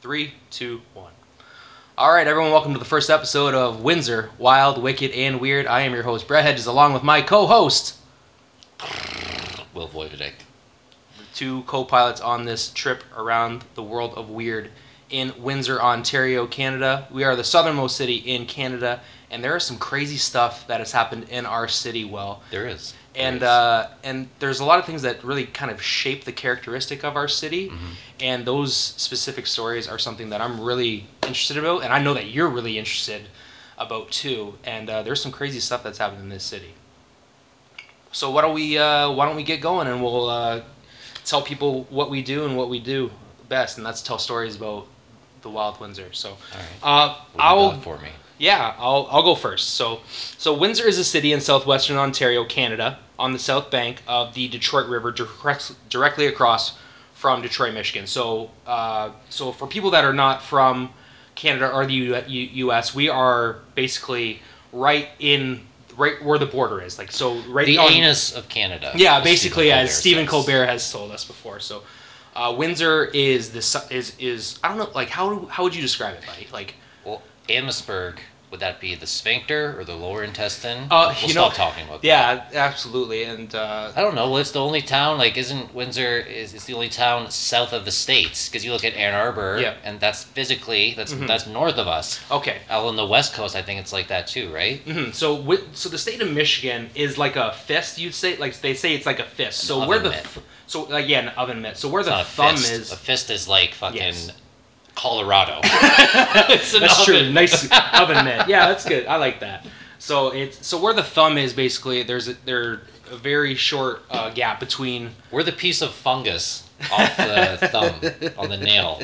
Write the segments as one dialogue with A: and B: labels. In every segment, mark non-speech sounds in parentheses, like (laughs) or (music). A: Three, two, one. All right, everyone, welcome to the first episode of Windsor Wild, Wicked, and Weird. I am your host, Brett Hedges, along with my co host,
B: Will Voivodek.
A: the two co pilots on this trip around the world of weird in Windsor, Ontario, Canada. We are the southernmost city in Canada, and there is some crazy stuff that has happened in our city, Well.
B: There is. There
A: and
B: is.
A: uh, and there's a lot of things that really kind of shape the characteristic of our city,
B: Mhm.
A: and those specific stories are something that I'm really interested about, and I know that you're really interested about too. And uh, there's some crazy stuff that's happened in this city. So why don't we uh, why don't we get going and we'll uh, tell people what we do and what we do best, and that's tell stories about the Wild Windsor. So
B: All right.
A: uh,
B: What do you
A: I'll
B: got for me.
A: yeah, I'll, I'll go first. So, so Windsor is a city in southwestern Ontario, Canada, on the south bank of the Detroit River, direct, directly across from Detroit, Michigan. So, uh, so for people that are not from Canada or the U- U- U.S., we are basically right in right where the border is. Like so, right
B: the
A: on-
B: anus of Canada.
A: yeah,
B: as
A: basically,
B: Stephen
A: as Stephen
B: says.
A: Colbert has told us before. So, uh, Windsor is the su- is is I don't know like how how would you describe it, buddy? Like
B: Well, Amherstburg, would that be the sphincter or the lower intestine?
A: Uh,
B: we'll
A: you
B: stop
A: know-
B: talking about that.
A: yeah, absolutely, and. Uh,
B: I don't know. Well, it's the only town. Like, isn't Windsor is it's the only town south of the states? Because you look at Ann Arbor,
A: Yeah.
B: and that's physically that's
A: Mhm.
B: that's north of us.
A: Okay.
B: Out on the west coast, I think it's like that too, right?
A: hmm So, wi- so the state of Michigan is like a fist. You'd say, like they say, it's like a fist. So
B: An
A: where
B: oven
A: the,
B: mitt.
A: th- so like yeah, an oven mitt. So where
B: It's
A: the
B: not a
A: thumb
B: fist.
A: is,
B: a fist is like fucking
A: Yes. (laughs)
B: Colorado.
A: that's
B: It's an
A: true.
B: oven. (laughs)
A: Nice oven mitt. Yeah, that's good. I like that. So it's so where the thumb is basically. There's a, there a very short uh, gap between.
B: We're the piece of fungus
A: (laughs)
B: off the thumb on the nail,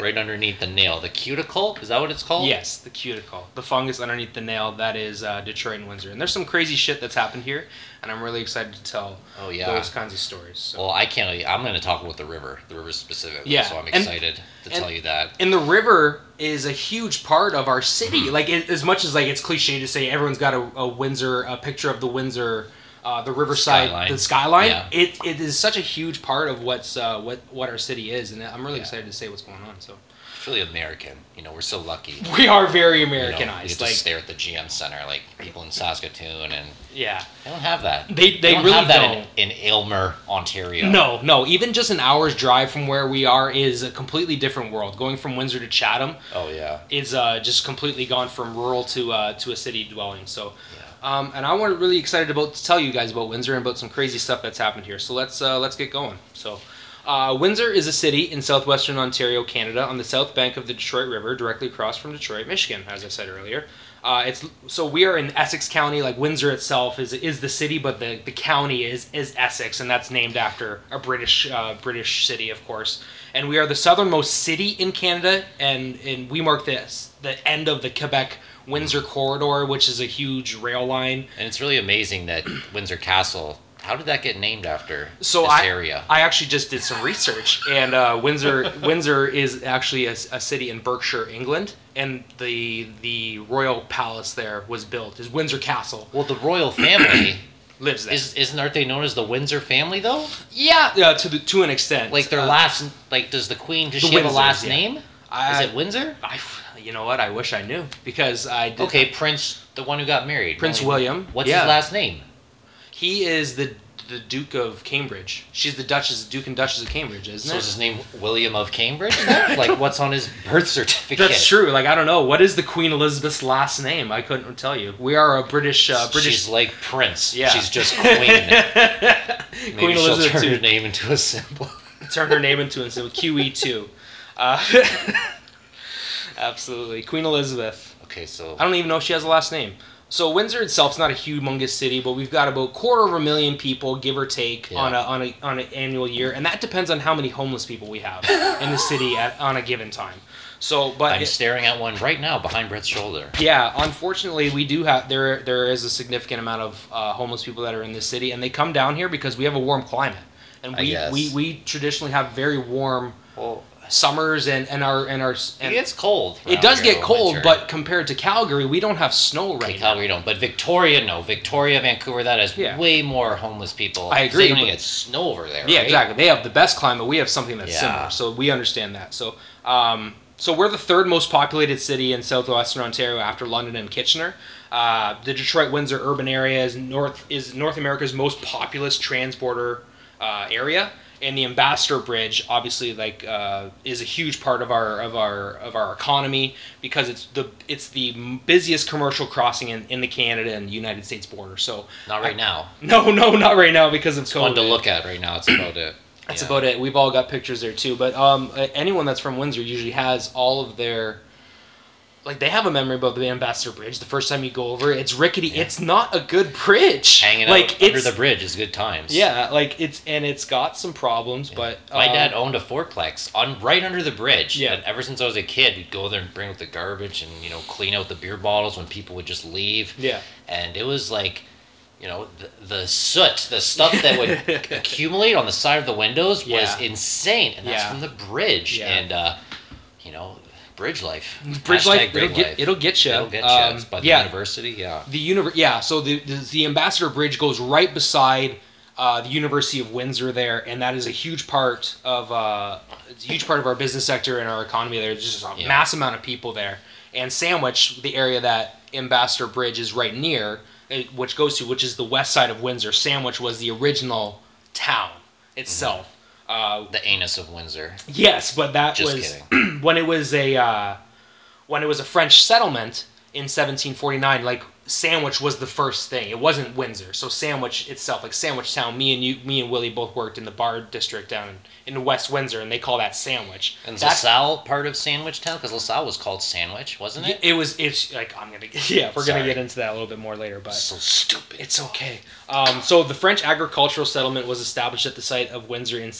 B: right underneath the nail. The cuticle is that what it's called?
A: Yes, the cuticle, the fungus underneath the nail. That is uh, Detroit and Windsor. And there's some crazy shit that's happened here, and I'm really excited to tell
B: Oh yeah.
A: those kinds of stories. So.
B: well, I can't. really- I'm going to talk about the river, the river specifically.
A: Yeah,
B: So I'm
A: and-
B: excited to
A: and-
B: tell you that.
A: and the river is a huge part of our
B: Mm-hmm.
A: city. Like it, as much as like it's cliche to say everyone's got a, a Windsor a picture of the Windsor, uh, the riverside,
B: Skyline.
A: the skyline.
B: Yeah.
A: It it is such a huge part of what's uh, what what our city is, and I'm really
B: Yeah.
A: excited to say what's going on. So
B: It's really American. You know, we're so lucky. you know,
A: we are very
B: we get
A: Americanized.
B: to
A: like
B: stare at the GM Center, like people in Saskatoon, and
A: yeah,
B: they don't have that.
A: They- they
B: don't
A: really
B: have that
A: don't.
B: In, in Aylmer, Ontario.
A: No, no. Even just an hour's drive from where we are is a completely different world. Going from Windsor to Chatham
B: Oh yeah.
A: is uh, just completely gone from rural to uh, to a city dwelling. So
B: Yeah.
A: Um, and I want really excited about to tell you guys about Windsor and about some crazy stuff that's happened here. So let's uh, let's get going. So uh, Windsor is a city in southwestern Ontario, Canada, on the south bank of the Detroit River, directly across from Detroit, Michigan, as I said earlier. Uh, it's so we are in Essex County. Like Windsor itself is is the city, but the, the county is is Essex, and that's named after a British uh, British city, of course. And we are the southernmost city in Canada, and and we mark this the end of the Quebec Windsor corridor, which is a huge rail line.
B: And it's really amazing that Windsor Castle. How did that get named after
A: So
B: this
A: I-
B: area?
A: I actually just did some research, and uh,
B: (laughs)
A: Windsor Windsor is actually a, a city in Berkshire, England, and the the royal palace there was built. Is Windsor Castle
B: Well, the royal family
A: lives there?
B: is isn't aren't they known as the Windsor family though?
A: yeah, uh, to the, to an extent.
B: Like their
A: Uh,
B: last like does the queen does
A: the
B: she have a
A: Windsors,
B: last
A: yeah.
B: name?
A: I,
B: is it Windsor?
A: I- you know what? I wish I knew because I did.
B: Okay, Prince, the one who got married.
A: Prince
B: William.
A: William.
B: What's
A: yeah.
B: his last name?
A: He is the the Duke of Cambridge. She's the Duchess, Duke and Duchess of Cambridge, isn't
B: So
A: it?
B: is his name William of Cambridge? (laughs) like what's on his birth certificate?
A: That's true. Like I don't know what is the Queen Elizabeth's last name. I couldn't tell you. We are a British uh, British.
B: She's like Prince.
A: Yeah.
B: She's
A: (laughs)
B: just queen. Maybe
A: Queen
B: she'll
A: Elizabeth
B: turn her
A: II.
B: name into a symbol. (laughs)
A: Turn her name into a symbol. QE2. Uh, (laughs) absolutely. Queen Elizabeth.
B: Okay, so
A: I don't even know if she has a last name. So Windsor itself is not a humongous city, but we've got about quarter of a million people, give or take,
B: Yeah.
A: on a on a on an annual year, and that depends on how many homeless people we have
B: (laughs)
A: in the city at, on a given time. So, but
B: I'm
A: it-
B: staring at one right now behind Brett's shoulder.
A: Yeah, unfortunately, we do have there. There is a significant amount of uh, homeless people that are in this city, and they come down here because we have a warm climate, and
B: I
A: we
B: guess.
A: we, we traditionally have very warm
B: Well,
A: summers and and our and our
B: it
A: and
B: gets cold.
A: it
B: around
A: does
B: here
A: get
B: in
A: cold,
B: winter.
A: but compared to Calgary, we don't have snow
B: Okay,
A: right now.
B: Calgary don't. But Victoria, no. Victoria, Vancouver, that has
A: Yeah.
B: way more homeless people.
A: I agree,
B: They don't even
A: but-
B: get snow over there.
A: Yeah,
B: right?
A: exactly. They have the best climate. We have something that's
B: Yeah.
A: similar, so we understand that. So, um, So we're the third most populated city in southwestern Ontario after London and Kitchener. Uh, the Detroit Windsor urban area is North is North America's most populous trans-border uh, area, and the Ambassador Bridge obviously like uh, is a huge part of our of our of our economy because it's the it's the m- busiest commercial crossing in, in the Canada and United States border. So (laughs)
B: Not right now.
A: no, no, not right now because of
B: It's
A: COVID.
B: one to look at right now. It's about it.
A: That's
B: Yeah.
A: about it. We've all got pictures there too. But um, a- anyone that's from Windsor usually has all of their, like they have a memory about the Ambassador Bridge. The first time you go over, it, it's rickety.
B: Yeah.
A: It's not a good bridge.
B: Hanging
A: like,
B: out under
A: it's,
B: the bridge is good times.
A: Yeah, like it's and it's got some problems, but
B: My
A: um,
B: dad owned a fourplex on right under the bridge.
A: Yeah.
B: And ever since I was a kid, we'd go there and bring out the garbage and you know clean out the beer bottles when people would just leave.
A: Yeah.
B: And it was like, you know, the, the soot, the stuff that would
A: (laughs)
B: accumulate on the side of the windows
A: Yeah.
B: was insane, and that's
A: Yeah.
B: from the bridge.
A: Yeah.
B: And uh, you know, bridge life.
A: Bridge
B: Hashtag
A: life,
B: bridge
A: it'll get, it'll get you. Um,
B: It'll get you. It's by the
A: yeah,
B: university. Yeah.
A: the univer- yeah so the, the the ambassador bridge goes right beside uh, the university of windsor there and that is a huge part of uh, it's a huge part of our business sector and our economy there there's just a
B: Yeah.
A: mass amount of people there and sandwich the area that ambassador bridge is right near eh, which goes to which is the west side of windsor sandwich was the original town
B: Mm-hmm.
A: itself uh,
B: The anus of Windsor.
A: Yes, but that
B: Just
A: was (clears throat) when it was a uh, when it was a French settlement in 1749. Like Sandwich was the first thing. It wasn't Windsor. So Sandwich itself, like Sandwich Town. Me and you, me and Willie both worked in the bar district down in, in West Windsor, and they call that Sandwich.
B: And
A: That's-
B: LaSalle part of Sandwich Town? Because LaSalle was called Sandwich, wasn't
A: y-
B: it?
A: it was. It's like I'm gonna. (laughs) Yeah, we're gonna
B: Sorry.
A: get into that a little bit more later, but.
B: So stupid.
A: It's okay. Um, so the French agricultural settlement was established at the site of Windsor in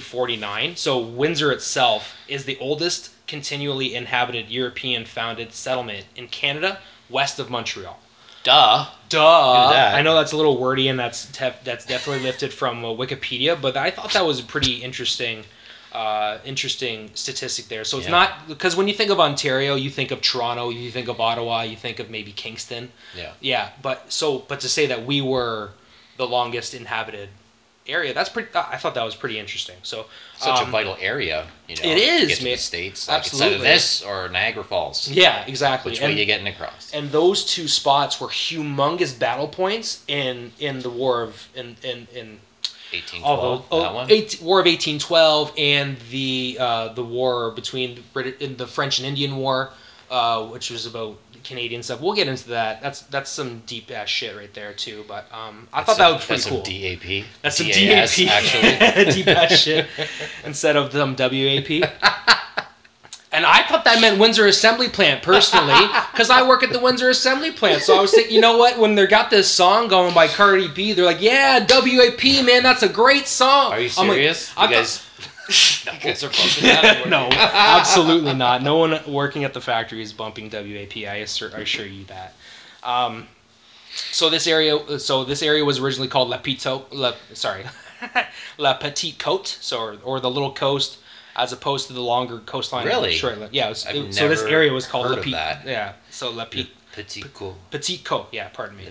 A: 1749. So Windsor itself is the oldest continually inhabited European founded settlement in Canada, west of Montreal.
B: Duh.
A: Duh.
B: Knew that.
A: I know that's a little wordy, and that's tef- that's definitely lifted from uh, Wikipedia, but I thought that was a pretty interesting, uh, interesting statistic there. So it's
B: Yeah.
A: not because when you think of Ontario, you think of Toronto, you think of Ottawa, you think of maybe Kingston.
B: Yeah.
A: Yeah, but so but to say that we were the longest inhabited area, that's pretty. I thought that was pretty interesting. So
B: Such a
A: um,
B: vital area, you know.
A: it is,
B: to get to
A: man.
B: the states. Like, It's
A: Absolutely.
B: either this or Niagara Falls.
A: yeah, exactly.
B: Which
A: And-
B: way you getting across?
A: and those two spots were humongous battle points in in the war of in in, in
B: Eighteen
A: all
B: twelve.
A: the
B: that
A: oh,
B: one.
A: eight, war of eighteen twelve and the uh, the war between the Brit- in the French and Indian War, uh, which was about Canadian stuff. We'll get into that. That's that's some deep ass shit right there too. But um, I thought
B: That's
A: that
B: some-
A: was pretty cool.
B: That's some DAP.
A: That's some
B: DAS,
A: DAP. (laughs)
B: Actually,
A: deep ass shit instead of them WAP. And I thought that meant Windsor Assembly Plant personally, because I work at the Windsor Assembly Plant. So I was thinking, you know what? When they got this song going by Cardi B, they're like, "Yeah, WAP, man, that's a great song."
B: are you
A: I'm like,
B: serious?
A: I
B: you
A: thought- (laughs)
B: guys, you guys are bumping that.
A: no, absolutely not. No one working at the factory is bumping WAP. I assure, I assure you that. Um, so this area, so this area was originally called La Pito, La, sorry, La Petite Côte, so or, or the Little Coast, as opposed to the longer coastline. of
B: Really?
A: Detroit. Yeah. it was-
B: I've
A: it- so this
B: never
A: area was called
B: heard
A: La
B: of
A: Petite.
B: that.
A: Yeah. So La Pe-
B: Petit coup.
A: Petite Côte. Yeah. Pardon me.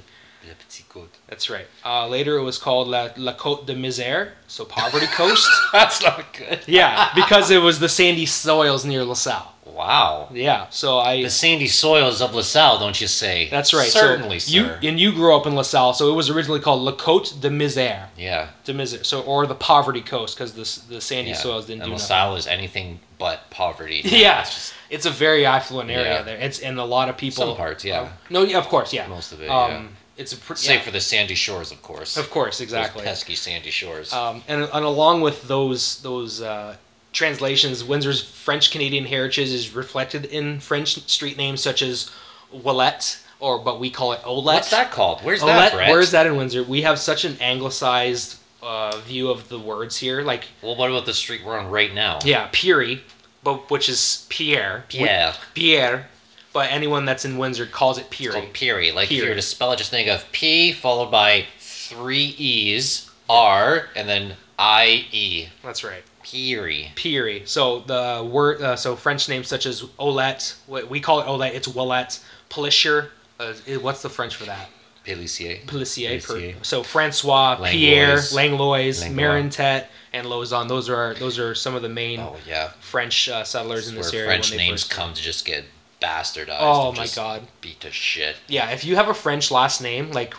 B: Le petit coup.
A: That's right. Uh, later, it was called La, La Côte de Misère, so Poverty Coast.
B: (laughs)
A: (laughs)
B: That's not good.
A: yeah, because it was the sandy soils near LaSalle.
B: Wow.
A: Yeah, so I.
B: The sandy soils of LaSalle, don't you say?
A: that's right. so
B: Certainly,
A: you,
B: sir.
A: And you grew up in LaSalle, so it was originally called La Côte de Misère,
B: yeah.
A: de Misère, so or the Poverty Coast, because the s- the sandy
B: yeah.
A: soils didn't
B: and
A: do nothing.
B: LaSalle is anything but poverty.
A: (laughs) Yeah,
B: It's just
A: it's a very affluent area
B: Yeah.
A: there. It's and a lot of people.
B: some parts, yeah.
A: no, yeah, of course, yeah.
B: Most of it, yeah.
A: Um, it's a pretty.
B: Save for the sandy shores, of course.
A: of course,
B: Those
A: exactly.
B: pesky sandy shores.
A: Um, and, and along with those those uh, translations, Windsor's French Canadian heritage is reflected in French street names such as Ouellette, or but we call it Olette.
B: What's that called? Where's
A: Ouellette,
B: that, Brett?
A: where is Oh, that in Windsor? We have such an anglicized uh, view of the words here. Like,
B: Well, what about the street we're on right now?
A: yeah, Pierre, but which is Pierre.
B: Pierre.
A: Pierre. But anyone that's in Windsor calls it Pierre.
B: It's called Peary. Like if
A: Peary.
B: you were to spell it, just think of P followed by three E's, R, and then I E.
A: That's right.
B: Peary.
A: Piri. So the word, uh, so French names such as Olette, what we call it Olette, it's Willette, Polisher. Uh, it- what's the French for that?
B: Pelissier.
A: Pelissier. Per,
B: Pelissier.
A: so Francois,
B: Langlois.
A: Pierre, Langlois,
B: Langlois.
A: Marintet, and Lauzon. Those are our, those are some of the main
B: Oh yeah,
A: French uh, settlers in
B: where
A: this area.
B: French
A: when they
B: names
A: first-
B: come to just get bastardized.
A: Oh
B: and
A: my
B: just
A: God.
B: beat to shit.
A: Yeah, if you have a French last name, like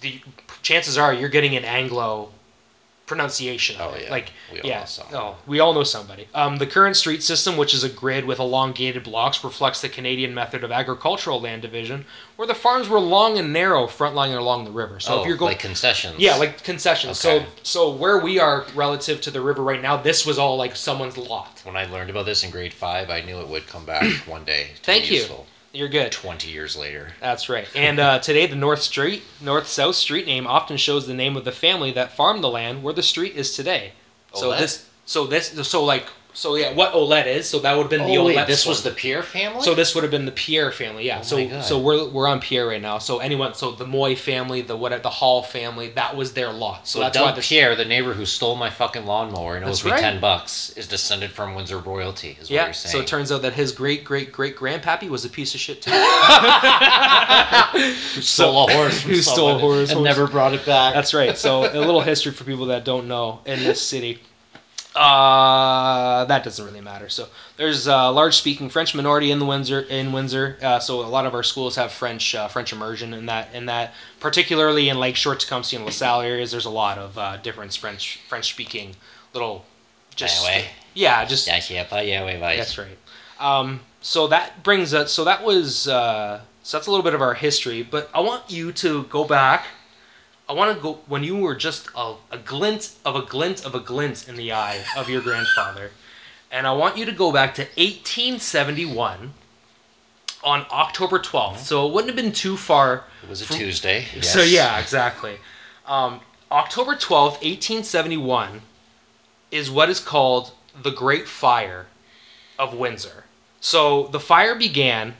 A: the chances are you're getting an Anglo pronunciation. of
B: Oh,
A: it.
B: yeah.
A: Like
B: We all
A: yeah.
B: know someone.
A: Oh, we all know somebody. Um, the current street system, which is a grid with elongated blocks, reflects the Canadian method of agricultural land division, where the farms were long and narrow, front lining along the river. So
B: oh,
A: if you're going
B: like concessions.
A: yeah, like concessions.
B: Okay.
A: So so where we are relative to the river right now, this was all like someone's lot.
B: when I learned about this in grade five, I knew it would
A: (clears throat)
B: come back one day. To
A: Thank
B: be
A: you.
B: Useful.
A: You're good.
B: Twenty years later.
A: That's right. And uh, today, the North Street, North South Street name often shows the name of the family that farmed the land where the street is today. So
B: Ouellette?
A: this, so this, so like, so yeah, what Olet is? So that would have been the
B: oh wait,
A: Ouellette
B: this was
A: one.
B: the Pierre family.
A: So this would have been the Pierre family, yeah.
B: Oh my
A: so
B: God.
A: so we're we're on Pierre right now. So anyone, so the Moy family, the what, the Hall family, that was their lot. So
B: So
A: that's
B: Doug
A: why this.
B: Pierre, the neighbor who stole my fucking lawnmower and
A: That's
B: owes me
A: right.
B: ten bucks, is descended from Windsor royalty. Is what
A: Yeah.
B: you're saying?
A: So it turns out that his great great great grandpappy was a piece of shit too.
B: who stole a horse?
A: (laughs)
B: From
A: Who stole a
B: someone
A: horse-
B: and
A: horse.
B: never brought it back?
A: That's right. So a little history for people that don't know in this city. Uh, that doesn't really matter. So there's a large speaking French minority in the Windsor in Windsor. Uh, so a lot of our schools have French uh, French immersion in that in that particularly in like Short Tecumseh and LaSalle areas. There's a lot of uh, different French French speaking little just
B: Anyway.
A: yeah just
B: Yeah, yeah, but yeah, wait, wait.
A: that's right. Um, so that brings us. So that was. Uh, so that's a little bit of our history. But I want you to go back. I want to go when you were just a, a glint of a glint of a glint in the eye of your grandfather, and I want you to go back to 1871 on October 12th. So it wouldn't have been too far.
B: It was a
A: from-
B: Tuesday.
A: So
B: yes.
A: yeah, exactly. Um, October 12th, 1871 is what is called the Great Fire of Windsor. So the fire began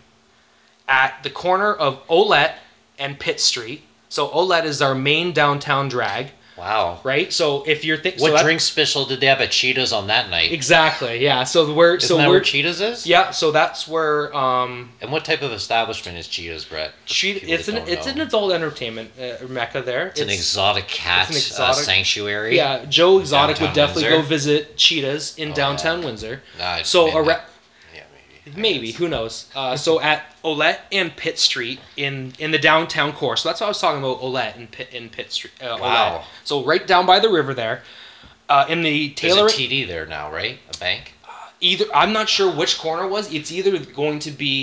A: at the corner of Olet and Pitt Street. So Olet is our main downtown drag,
B: Wow.
A: right? So if you're thinking
B: What drink special did they have at Cheetah's on that night?
A: Exactly. Yeah. So we're
B: Isn't
A: so
B: that
A: we're
B: where Cheetah's is?
A: yeah, so that's where um
B: And what type of establishment is Cheetah's, Brett? for
A: she
B: people that
A: it's an
B: don't
A: it's
B: know?
A: an adult entertainment uh, mecca there.
B: It's an exotic cat
A: an
B: uh,
A: exotic-
B: sanctuary.
A: Yeah, Joe Exotic would
B: Downtown
A: definitely
B: Windsor?
A: go visit cheetahs in
B: Oh,
A: downtown
B: yeah.
A: Windsor.
B: Nah, it's
A: So
B: midnight.
A: around,
B: Yeah, maybe. I
A: maybe
B: guess.
A: who knows? Uh, so at Olet and Pitt Street in in the downtown core. So that's what I was talking about. Olet and Pitt in Pitt Street. Uh,
B: Wow.
A: Olet. So right down by the river there, uh, in the
B: There's
A: Taylor.
B: a TD there now, right? A bank.
A: either I'm not sure which corner it was. It's either going to be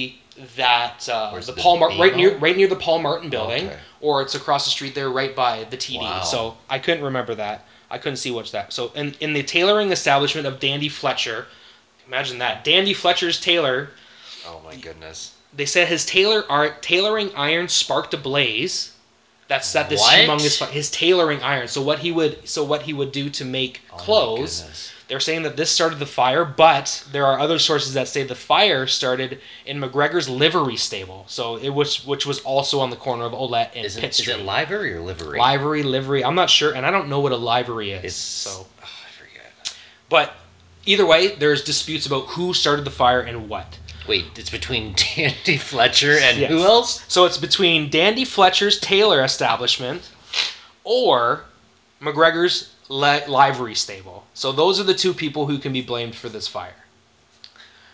A: that uh,
B: Where's
A: the
B: the
A: Paul Mar- right
B: Bevo?
A: near right near the Paul Martin building,
B: Okay.
A: or it's across the street there, right by the TD.
B: Wow.
A: So I couldn't remember that. I couldn't see which that. So in in the tailoring establishment of Dandy Fletcher, imagine that Dandy Fletcher's tailor.
B: Oh my goodness.
A: They said his tailor art tailoring iron sparked a blaze. That set this
B: What?
A: humongous fi- his tailoring iron. So what he would so what he would do to make
B: Oh my
A: clothes
B: goodness.
A: they're saying that this started the fire, but there are other sources that say the fire started in McGregor's livery stable. So it was, which was also on the corner of Olet and
B: Is it,
A: Pitt
B: is
A: Street.
B: it library or livery?
A: livery, livery. I'm not sure, and I don't know what a livery is.
B: It's
A: So,
B: oh, I forget.
A: but either way, there's disputes about who started the fire and what.
B: Wait, it's
A: (laughs)
B: between Dandy Fletcher and
A: Yes.
B: who else?
A: So it's between Dandy Fletcher's tailor establishment or McGregor's li- livery stable. So those are the two people who can be blamed for this fire.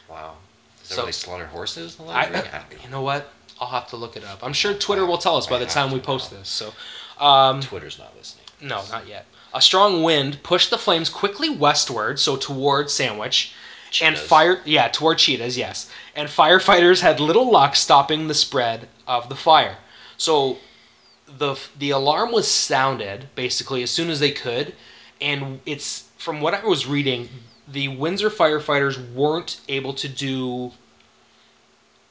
B: Wow. Is
A: So-
B: so, they slaughter horses in the
A: I, uh,
B: library? I, don't
A: you
B: know.
A: know what? I'll have to look it up. I'm sure Twitter will tell us by the
B: I
A: time
B: have
A: we
B: to
A: post
B: know.
A: this. So, um,
B: Twitter's not listening.
A: no, not yet. A strong wind pushed the flames quickly westward, so toward Sandwich, and
B: Cheetahs.
A: fire. Yeah, toward cheetahs. Yes, and firefighters had little luck stopping the spread of the fire. So, the the alarm was sounded basically as soon as they could, and it's from what I was reading, the Windsor firefighters weren't able to do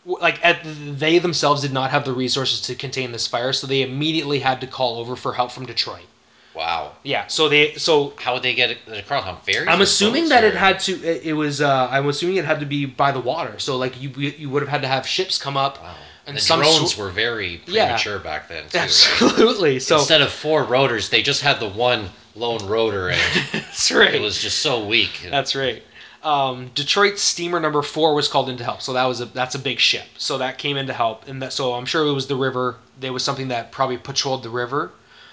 A: like at, they themselves did not have the resources to contain this fire, so they immediately had to call over for help from Detroit.
B: Wow.
A: Yeah, so they so
B: How would they get it across on ferries?
A: I'm
B: or
A: assuming
B: boats
A: that it
B: or-
A: had to it- it was uh I'm assuming it had to be by the water. So like you you- you would have had to have ships come up
B: Wow.
A: and
B: the
A: some
B: drones
A: sw- (laughs)
B: were very
A: Yeah.
B: premature back then too. right?
A: absolutely. So
B: Instead of four rotors, they just had the one lone rotor, and
A: (laughs) that's right.
B: it was just so weak.
A: That's right. um, Detroit's steamer number four was called in to help. So that was a that's a big ship. So that came in to help, and that, so I'm sure it was the river. There was something that probably patrolled the river,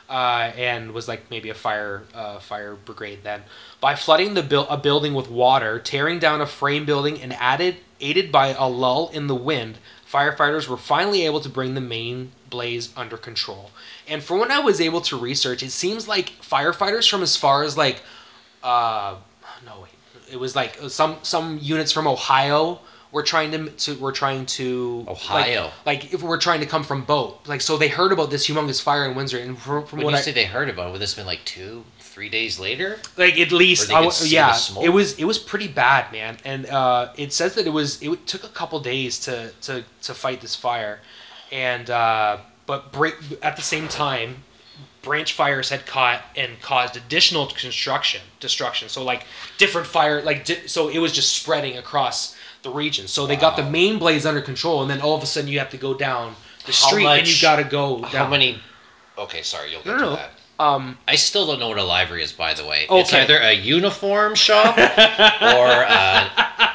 A: uh, and was like maybe a fire uh, fire brigade then. By flooding the buil- a building with water, tearing down a frame building, and added aided by a lull in the wind, firefighters were finally able to bring the main blaze under control. And from what I was able to research, it seems like firefighters from as far as like, uh, no wait, it was like some some units from Ohio were trying to, to were trying to like-
B: Ohio.
A: like, if we're trying to come from boat like so they heard about this humongous fire in Windsor and from, from
B: When
A: what
B: you
A: I
B: say they heard about it, would this have been like two, three days later?
A: like at least
B: they
A: I
B: could
A: wa-
B: see the
A: yeah
B: smoke?
A: it was it was pretty bad man and uh, it says that it was it took a couple days to to to fight this fire and uh, but break at the same time branch fires had caught and caused additional construction destruction so like different fire like di- so it was just spreading across the region so they got the
B: Wow.
A: main blaze under control and then all of a sudden you have to go down the
B: How
A: street and
B: much-
A: you got to go down
B: How many? Okay, sorry, you'll get
A: No, no,
B: to
A: no.
B: that.
A: um
B: I still don't know what a library is, by the way. It's
A: Okay.
B: either a uniform shop or a,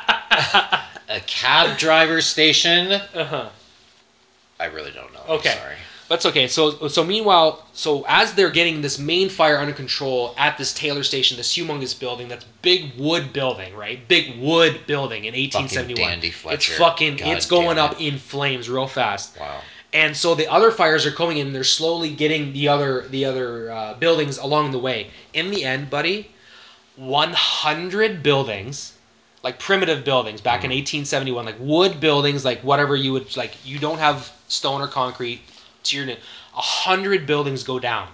B: (laughs) a cab driver station.
A: uh-huh
B: I really don't know.
A: Okay.
B: I'm sorry.
A: That's okay. So so meanwhile, so as they're getting this main fire under control at this Taylor station, this humongous building, that's big wood building, right? Big wood building in 1871.
B: Dandy
A: it's
B: Fletcher.
A: fucking
B: God
A: it's going
B: damn
A: up in flames real fast.
B: Wow.
A: And so the other fires are coming in. They're slowly getting the other the other uh, buildings along the way. In the end, buddy, 100 buildings, like primitive buildings back in 1871, like wood buildings, like whatever you would like. You don't have stone or concrete to your name. A hundred buildings go down,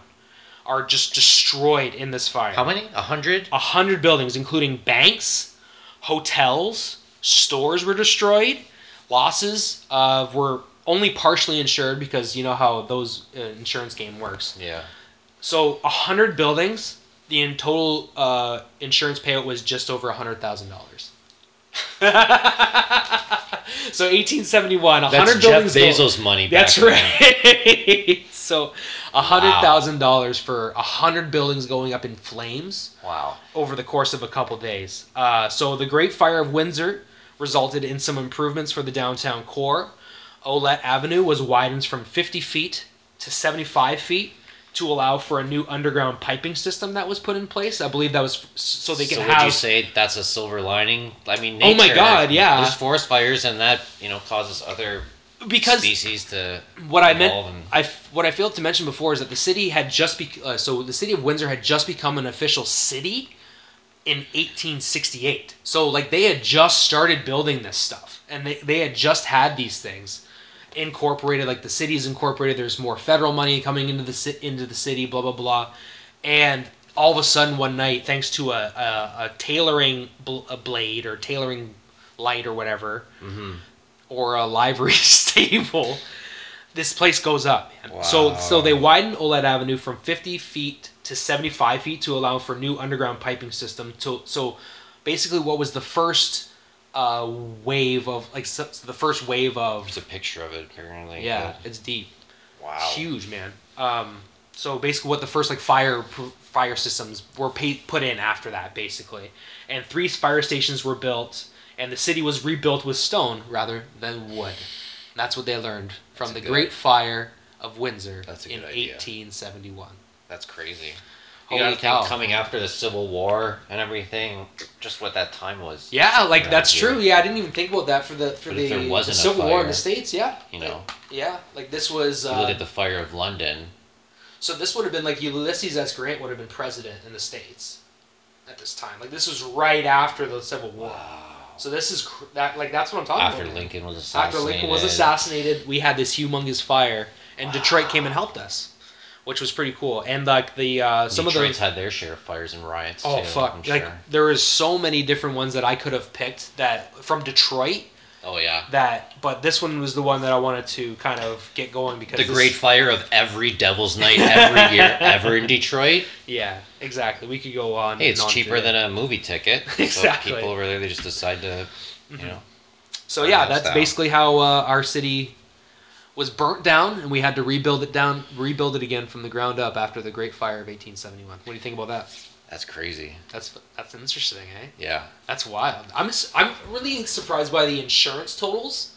A: are just destroyed in this fire.
B: How many? A hundred?
A: A hundred buildings, including banks, hotels, stores were destroyed. Losses uh, were only partially insured because you know how those uh, insurance game works.
B: Yeah.
A: So a hundred buildings, the in total uh, insurance payout was just over a hundred thousand dollars. (laughs) so 1871, a
B: That's
A: hundred
B: Jeff
A: buildings. go-
B: Bezos' money. Back
A: that's
B: then.
A: right. (laughs) so a hundred thousand dollars for a hundred buildings going up in flames
B: Wow.
A: over the course of a couple days. Uh, so the Great Fire of Windsor resulted in some improvements for the downtown core. Olette Avenue was widened from 50 feet to 75 feet to allow for a new underground piping system that was put in place. I believe that was f- so they could
B: so would you
A: have
B: say that's a silver lining? I mean,
A: Oh my
B: nature-
A: God, yeah.
B: There's forest fires, and that you know causes other
A: because
B: species to.
A: what I meant,
B: evolve and-
A: I f- what I failed to mention before is that the city had just be- uh, so the city of Windsor had just become an official city in 1868. So like they had just started building this stuff, and they they had just had these things incorporated. Like the city is incorporated. There's more federal money coming into the ci- into the city. Blah blah blah, and all of a sudden one night, thanks to a a, a tailoring bl- a blade or tailoring light or whatever, or a livery (laughs) stable. This place goes up, man. So so they widen Oled Avenue from 50 feet to 75 feet to allow for new underground piping system. To so basically what was the first uh, wave of like so, so the first wave of
B: There's a picture of it apparently.
A: yeah, it's deep,
B: Wow.
A: huge, man. Um, so basically what the first like fire pr- fire systems were pa put in after that basically, and three fire stations were built, and the city was rebuilt with stone rather than wood. And that's what they learned from
B: That's a
A: the
B: good
A: Great
B: idea.
A: Fire of Windsor
B: That's a
A: in
B: good idea.
A: 1871.
B: That's crazy.
A: Holy
B: you gotta think
A: cow.
B: coming after the Civil War and everything, just what that time was.
A: Yeah, like
B: Right,
A: that's
B: yeah.
A: true. Yeah, I didn't even think about that for the for
B: But
A: the,
B: if there
A: the
B: wasn't a
A: Civil War in
B: fire-
A: the states. Yeah,
B: You know,
A: yeah. Like this was.
B: you look
A: Uh,
B: at the fire of London.
A: so this would have been like Ulysses S. Grant would have been president in the states at this time. Like this was right after the Civil War. So this is cr- that like that's what I'm talking
B: After
A: about.
B: Lincoln was
A: Oh. After
B: assassinated.
A: Lincoln was assassinated, we had this humongous fire, and Detroit came and helped us, which was pretty cool. And like the uh, some of the
B: Detroit's had their share of fires and riots.
A: Oh
B: too, I'm
A: fuck! Like
B: sure.
A: there is so many different ones that I could have picked that from Detroit.
B: Oh yeah.
A: That, but this one was the one that I wanted to kind of get going because
B: The
A: this-
B: Great Fire of every Devil's Night
A: (laughs)
B: every year ever in Detroit.
A: Yeah, exactly. We could go on.
B: Hey, it's
A: and on
B: cheaper
A: through
B: than
A: it.
B: a movie
A: (laughs)
B: ticket.
A: Exactly. Mm-hmm.
B: So people over there, they just decide to, you know.
A: So yeah,
B: Nice
A: that's
B: down.
A: basically how uh, our city was burnt down, and we had to rebuild it down, rebuild it again from the ground up after the Great Fire of 1871. What do you think about that?
B: That's crazy.
A: That's that's interesting, eh?
B: Yeah.
A: That's wild. I'm s- I'm really surprised by the insurance totals.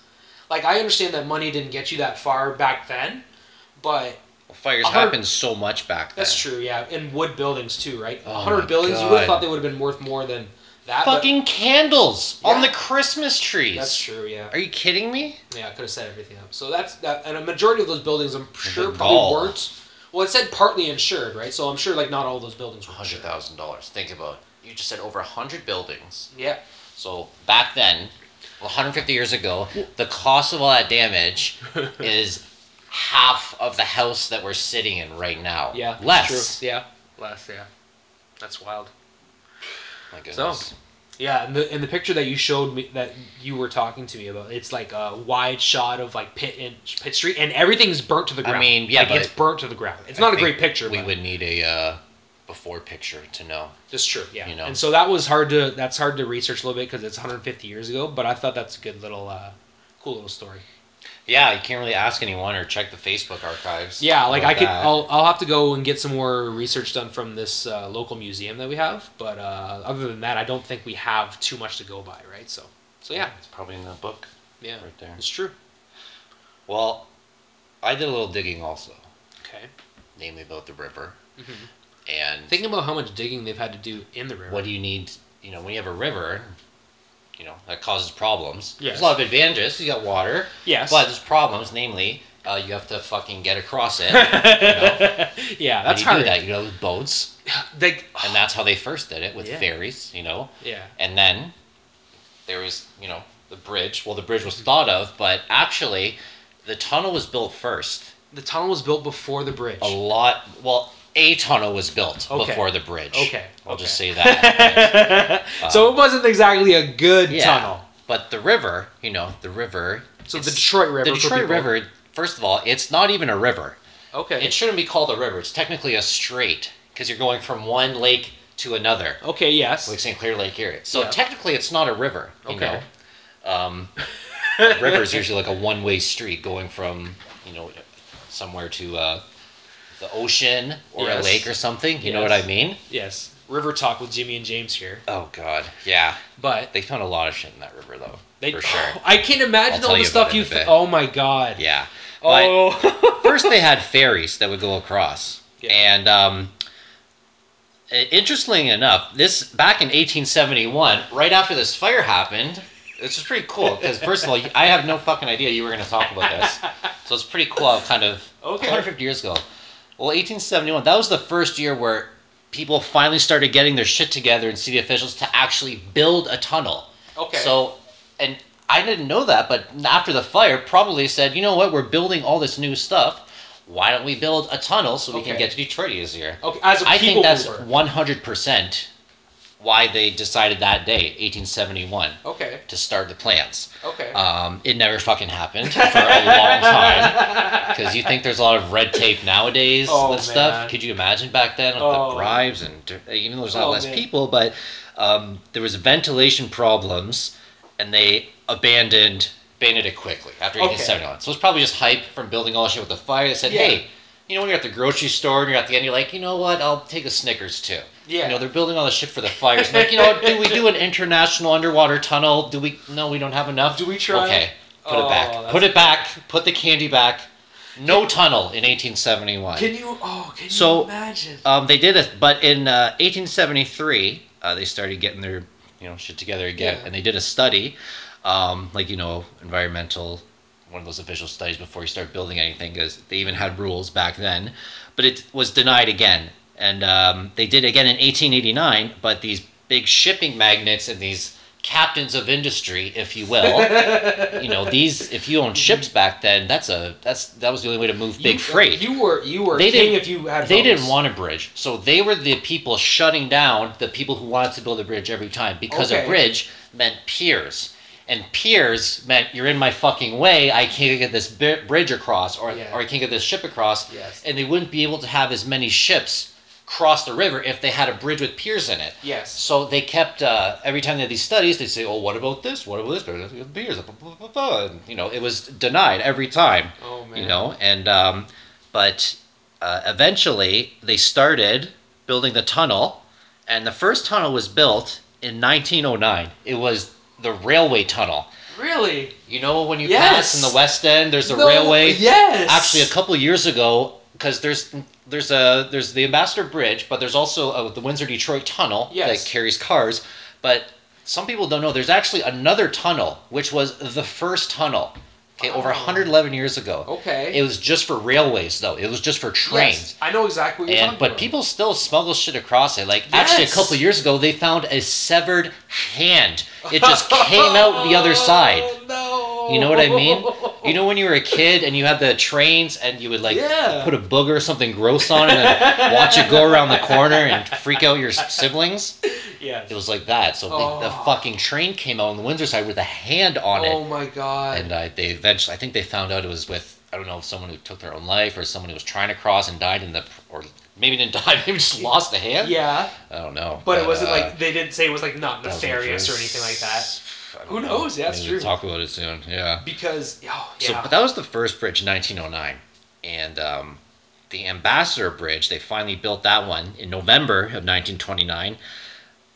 A: Like I understand that money didn't get you that far back then, but
B: Well, fires
A: A hundred-
B: happened so much back then.
A: that's true. Yeah, and wood buildings too, right?
B: Oh
A: A
B: my
A: hundred buildings. You would
B: God.
A: have thought they would have been worth more than that. but
B: Fucking candles on
A: Yeah.
B: the Christmas trees.
A: that's true. Yeah,
B: Are you kidding me?
A: yeah. I could have set everything up. So that's that, and a majority of those buildings, I'm sure,
B: gall.
A: probably weren't. Well, it said partly insured, right? So I'm sure like not all those buildings were
B: Hundred
A: insured.
B: thousand dollars. Think about. it. You just said over hundred buildings.
A: Yeah,
B: So back then, 150 years ago, the cost of all
A: (laughs)
B: that damage is half of the house that we're sitting in right now.
A: yeah. that's
B: Less.
A: true. Yeah, less. Yeah, that's wild.
B: My
A: So,
B: goodness.
A: yeah, and the and the picture that you showed me that you were talking to me about, it's like a wide shot of like Pitt and Pitt Street, and everything's burnt to the
B: I
A: ground.
B: mean, yeah,
A: like,
B: but
A: it's burnt to the ground. It's
B: I
A: not a
B: think
A: great picture.
B: We
A: but
B: would need a uh, before picture to know.
A: That's true. Yeah,
B: you know.
A: and so that was hard to that's hard to research a little bit because it's 150 years ago. But I thought that's a good little, uh, cool little story.
B: Yeah, you can't really ask anyone or check the Facebook archives.
A: Yeah, like
B: about
A: I could,
B: that.
A: I'll, I'll have to go and get some more research done from this uh, local museum that we have. But uh, other than that, I don't think we have too much to go by, right? So, so yeah,
B: it's probably in the book
A: yeah,
B: right there.
A: it's true.
B: Well, I did a little digging also,
A: Okay.
B: namely about the river,
A: Mhm.
B: and
A: Thinking about how much digging they've had to do in the river.
B: what do you need? You know, when you have a river, you know that causes problems. There's
A: Yes.
B: a lot of advantages. You got water,
A: yes.
B: but there's problems. Namely, uh, you have to fucking get
A: (laughs)
B: across it. How
A: yeah,
B: do
A: that's
B: you do
A: hard.
B: that. You know, with boats,
A: They,
B: and that's how they first did it with
A: Yeah.
B: ferries. You know,
A: yeah.
B: And then there was, you know, the bridge. Well, the bridge was thought of, but actually, the tunnel was built first.
A: The tunnel was built before the bridge.
B: A lot. Well, a tunnel was built
A: Okay.
B: before the bridge.
A: Okay,
B: I'll just
A: okay. (laughs)
B: say that. right?
A: so it wasn't exactly a good
B: Yeah.
A: tunnel.
B: But the river, you know, the river.
A: So the
B: it's-
A: Detroit River.
B: The
A: for
B: Detroit
A: people-
B: River. First of all, it's not even a river.
A: Okay.
B: It shouldn't be called a river. It's technically a strait because you're going from one lake to another.
A: okay. Yes.
B: like St. Clair Lake Erie. So
A: Yeah.
B: technically, it's not a river. You
A: Okay.
B: Know? Um,
A: (laughs)
B: a river is usually like a one-way street going from you know somewhere to uh, the ocean or
A: Yes.
B: a lake or something. You know what I
A: Yes.
B: mean?
A: yes. River talk with Jimmy and James here,
B: Oh God, yeah.
A: but
B: They found a lot of shit in that river though.
A: they. (laughs)
B: for sure.
A: I can't
B: I'll
A: imagine
B: tell
A: all the
B: you about
A: stuff
B: it in
A: you.
B: a bit.
A: oh my god.
B: Yeah. But
A: Oh.
B: first they had ferries that would go across,
A: Yeah.
B: and um, i- interestingly enough, this back in 1871, right after this fire happened, this is pretty cool because first of all, you- I have no fucking idea you were going to talk about this, so it's pretty cool. how Kind of
A: Okay.
B: 150 years ago. Well, 1871. That was the first year where people finally started getting their shit together and city officials to actually build a tunnel.
A: okay.
B: So, and I didn't know that, but after the fire, probably said, you know what, we're building all this new stuff. Why don't we build a tunnel so we can
A: Okay.
B: get to Detroit easier?
A: (laughs) okay. As a
B: I
A: people
B: think that's
A: mover.
B: 100% why they decided that day, 1871,
A: Okay.
B: to start the plans.
A: Okay.
B: Um, it never fucking happened for a long time.
A: (laughs)
B: Because you think there's a lot of red tape nowadays
A: Oh,
B: with stuff.
A: man.
B: Could you imagine back then with
A: Oh.
B: the bribes and dir- even though there's a lot
A: Oh,
B: less
A: man.
B: people, but um, there was ventilation problems, and they abandoned abandoned it quickly after
A: Okay.
B: 1871. So it's probably just hype from building all shit with the fire. They said,
A: Yeah.
B: hey. You know, when you're at the grocery store and you're at the end, you're like, you know what? I'll take a Snickers too.
A: Yeah.
B: You know, they're building all the shit for the fires. like, you know, what? do we
A: (laughs)
B: do an international underwater tunnel? Do we? No, we don't have enough.
A: Do we try?
B: Okay, put it
A: Oh,
B: back.
A: that's
B: Put it back. Put the candy back. No tunnel in 1871.
A: can you? Oh, can
B: So-
A: you imagine?
B: um, they did it, but in uh, 1873, uh, they started getting their you know shit together again,
A: Yeah.
B: and they did a study, um, like you know environmental, one of those official studies before you start building anything, because they even had rules back then, but it was denied again, and um, they did again in 1889, but these big shipping magnates and these captains of industry, if
A: (laughs)
B: you will, you know these if you owned ships back then, that's a that's that was the only way to move
A: Mm-hmm.
B: big
A: you,
B: freight
A: You were you were
B: They
A: king
B: didn't-
A: if you had.
B: they didn't
A: votes.
B: want a bridge, so they were the people shutting down the people who wanted to build a bridge every time because a
A: Okay.
B: bridge meant piers, and piers meant you're in my fucking way. I can't get this bi- bridge across, or
A: Yeah.
B: or I can't get this ship across.
A: Yes.
B: And they wouldn't be able to have as many ships cross the river if they had a bridge with piers in it.
A: Yes.
B: So they kept uh, every time they had these studies, they would say, "Oh, what about this? What about this? What about piers?" Blah, blah, blah, blah. And, you know, it was denied every time
A: Oh man.
B: you know and um, but uh, eventually they started building the tunnel And the first tunnel was built in 1909. It was the railway tunnel.
A: Really?
B: You know when you
A: Yes.
B: pass in the West End, there's a
A: No,
B: railway.
A: Yes.
B: Actually, a couple years ago, because there's there's a there's the Ambassador Bridge, but there's also uh, the Windsor Detroit Tunnel
A: Yes.
B: that carries cars. But some people don't know there's actually another tunnel, which was the first tunnel. Okay, over
A: Oh.
B: 111 years ago.
A: Okay.
B: It was just for railways, though. It was just for
A: Yes,
B: trains.
A: I know exactly what you're
B: And
A: talking
B: but
A: about.
B: people still smuggle shit across it. Like actually, a
A: Yes.
B: couple years ago, they found a severed hand. It just came out the other side.
A: Oh, no.
B: You know what I mean? You know when you were a kid and you had the trains and you would like
A: Yeah.
B: put a booger or something gross on it and watch it go around the corner and freak out your s- siblings?
A: Yes.
B: It was like that. So the, the
A: Oh.
B: fucking train came out on the Windsor side with a hand on
A: oh
B: it.
A: my god.
B: And I, they eventually, I think they found out it was with, I don't know, someone who took their own life or someone who was trying to cross and died in the, or maybe didn't (laughs) die, maybe just lost a hand.
A: yeah,
B: I don't know.
A: but it wasn't
B: uh,
A: like they didn't say it was like not
B: that was in
A: nefarious or
B: first-
A: anything like that.
B: I don't
A: Who
B: know.
A: knows? Yeah, that's
B: Maybe we'll
A: true.
B: talk about it soon. Yeah.
A: Because oh yeah.
B: So, but that was the first bridge, 1909, and um, the Ambassador Bridge. They finally built that one in November of 1929.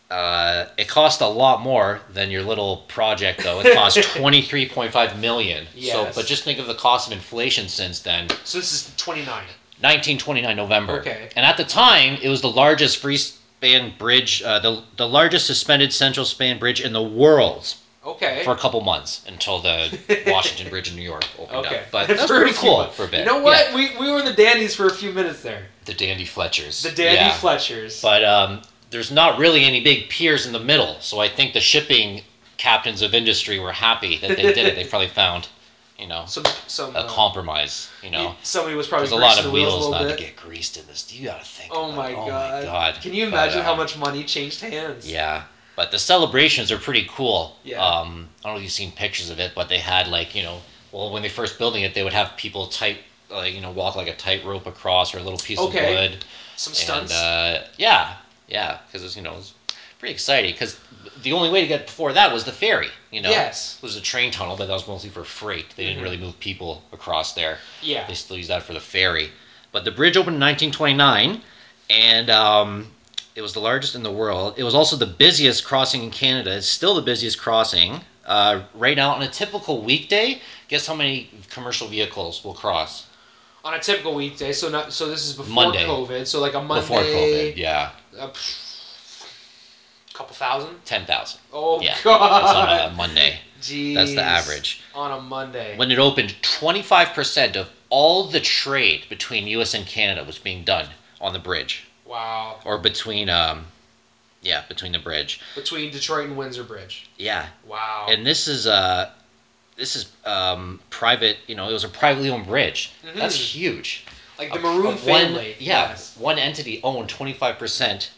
B: Uh, it cost a lot more than your little project, though. It
A: (laughs)
B: cost 23.5 million. So,
A: Yes.
B: but just think of the cost of inflation since then.
A: so this is 29.
B: 1929 November.
A: Okay.
B: And at the time, it was the largest free span bridge, uh, the the largest suspended central span bridge in the world
A: Okay.
B: for a couple months until the
A: (laughs)
B: Washington Bridge in New York opened
A: okay.
B: up. But that's
A: For a
B: pretty
A: few
B: cool
A: months.
B: for a bit.
A: You know
B: Yeah.
A: what? We, we were the dandies for a few minutes there.
B: The Dandy Fletchers.
A: The dandy
B: Yeah.
A: Fletchers.
B: But um, there's not really any big piers in the middle, so I think the shipping captains of industry were happy that they did it. They probably found, you know,
A: some some
B: a
A: uh,
B: compromise. You know,
A: somebody was probably
B: there's a lot
A: greasing the
B: of wheels
A: a
B: not
A: little
B: to
A: bit.
B: get greased in this. You gotta think.
A: Oh
B: about
A: my
B: it.
A: god.
B: Oh my god.
A: Can you
B: But,
A: imagine how
B: um,
A: much money changed hands?
B: Yeah. But the celebrations are pretty cool.
A: Yeah.
B: Um, I don't know if you've seen pictures of it, but they had like, you know, well, when they first building it, they would have people tight, like, you know, walk like a tightrope across or a little piece
A: Okay.
B: of wood.
A: Some stunts.
B: And, uh, yeah. Yeah. Because it was, you know, it was pretty exciting. Because the only way to get before that was the ferry, you know?
A: Yes.
B: It was a train tunnel, but that was mostly for freight. They didn't
A: Mhm.
B: really move people across there.
A: yeah.
B: They still use that for the ferry. But the bridge opened in 1929, and um, it was the largest in the world. It was also the busiest crossing in Canada. It's still the busiest crossing. Uh, right now, on a typical weekday, guess how many commercial vehicles will cross?
A: On a typical weekday, so not so this is before
B: Monday.
A: COVID, so like a Monday.
B: Before COVID, yeah,
A: a pff, couple thousand.
B: 10,000.
A: Oh
B: Yeah, That's on
A: god. (laughs)
B: a Monday.
A: Jeez.
B: That's the average.
A: On a Monday.
B: When it opened, 25% of all the trade between US and Canada was being done on the bridge,
A: wow.
B: or between, um, yeah, between the bridge.
A: Between Detroit and Windsor Bridge.
B: Yeah,
A: Wow.
B: and this is uh this is um private you know it was a privately owned bridge that's
A: Mhm.
B: huge
A: like the
B: A-
A: Maroon
B: a
A: family.
B: one, yeah
A: Yes.
B: one entity owned 25%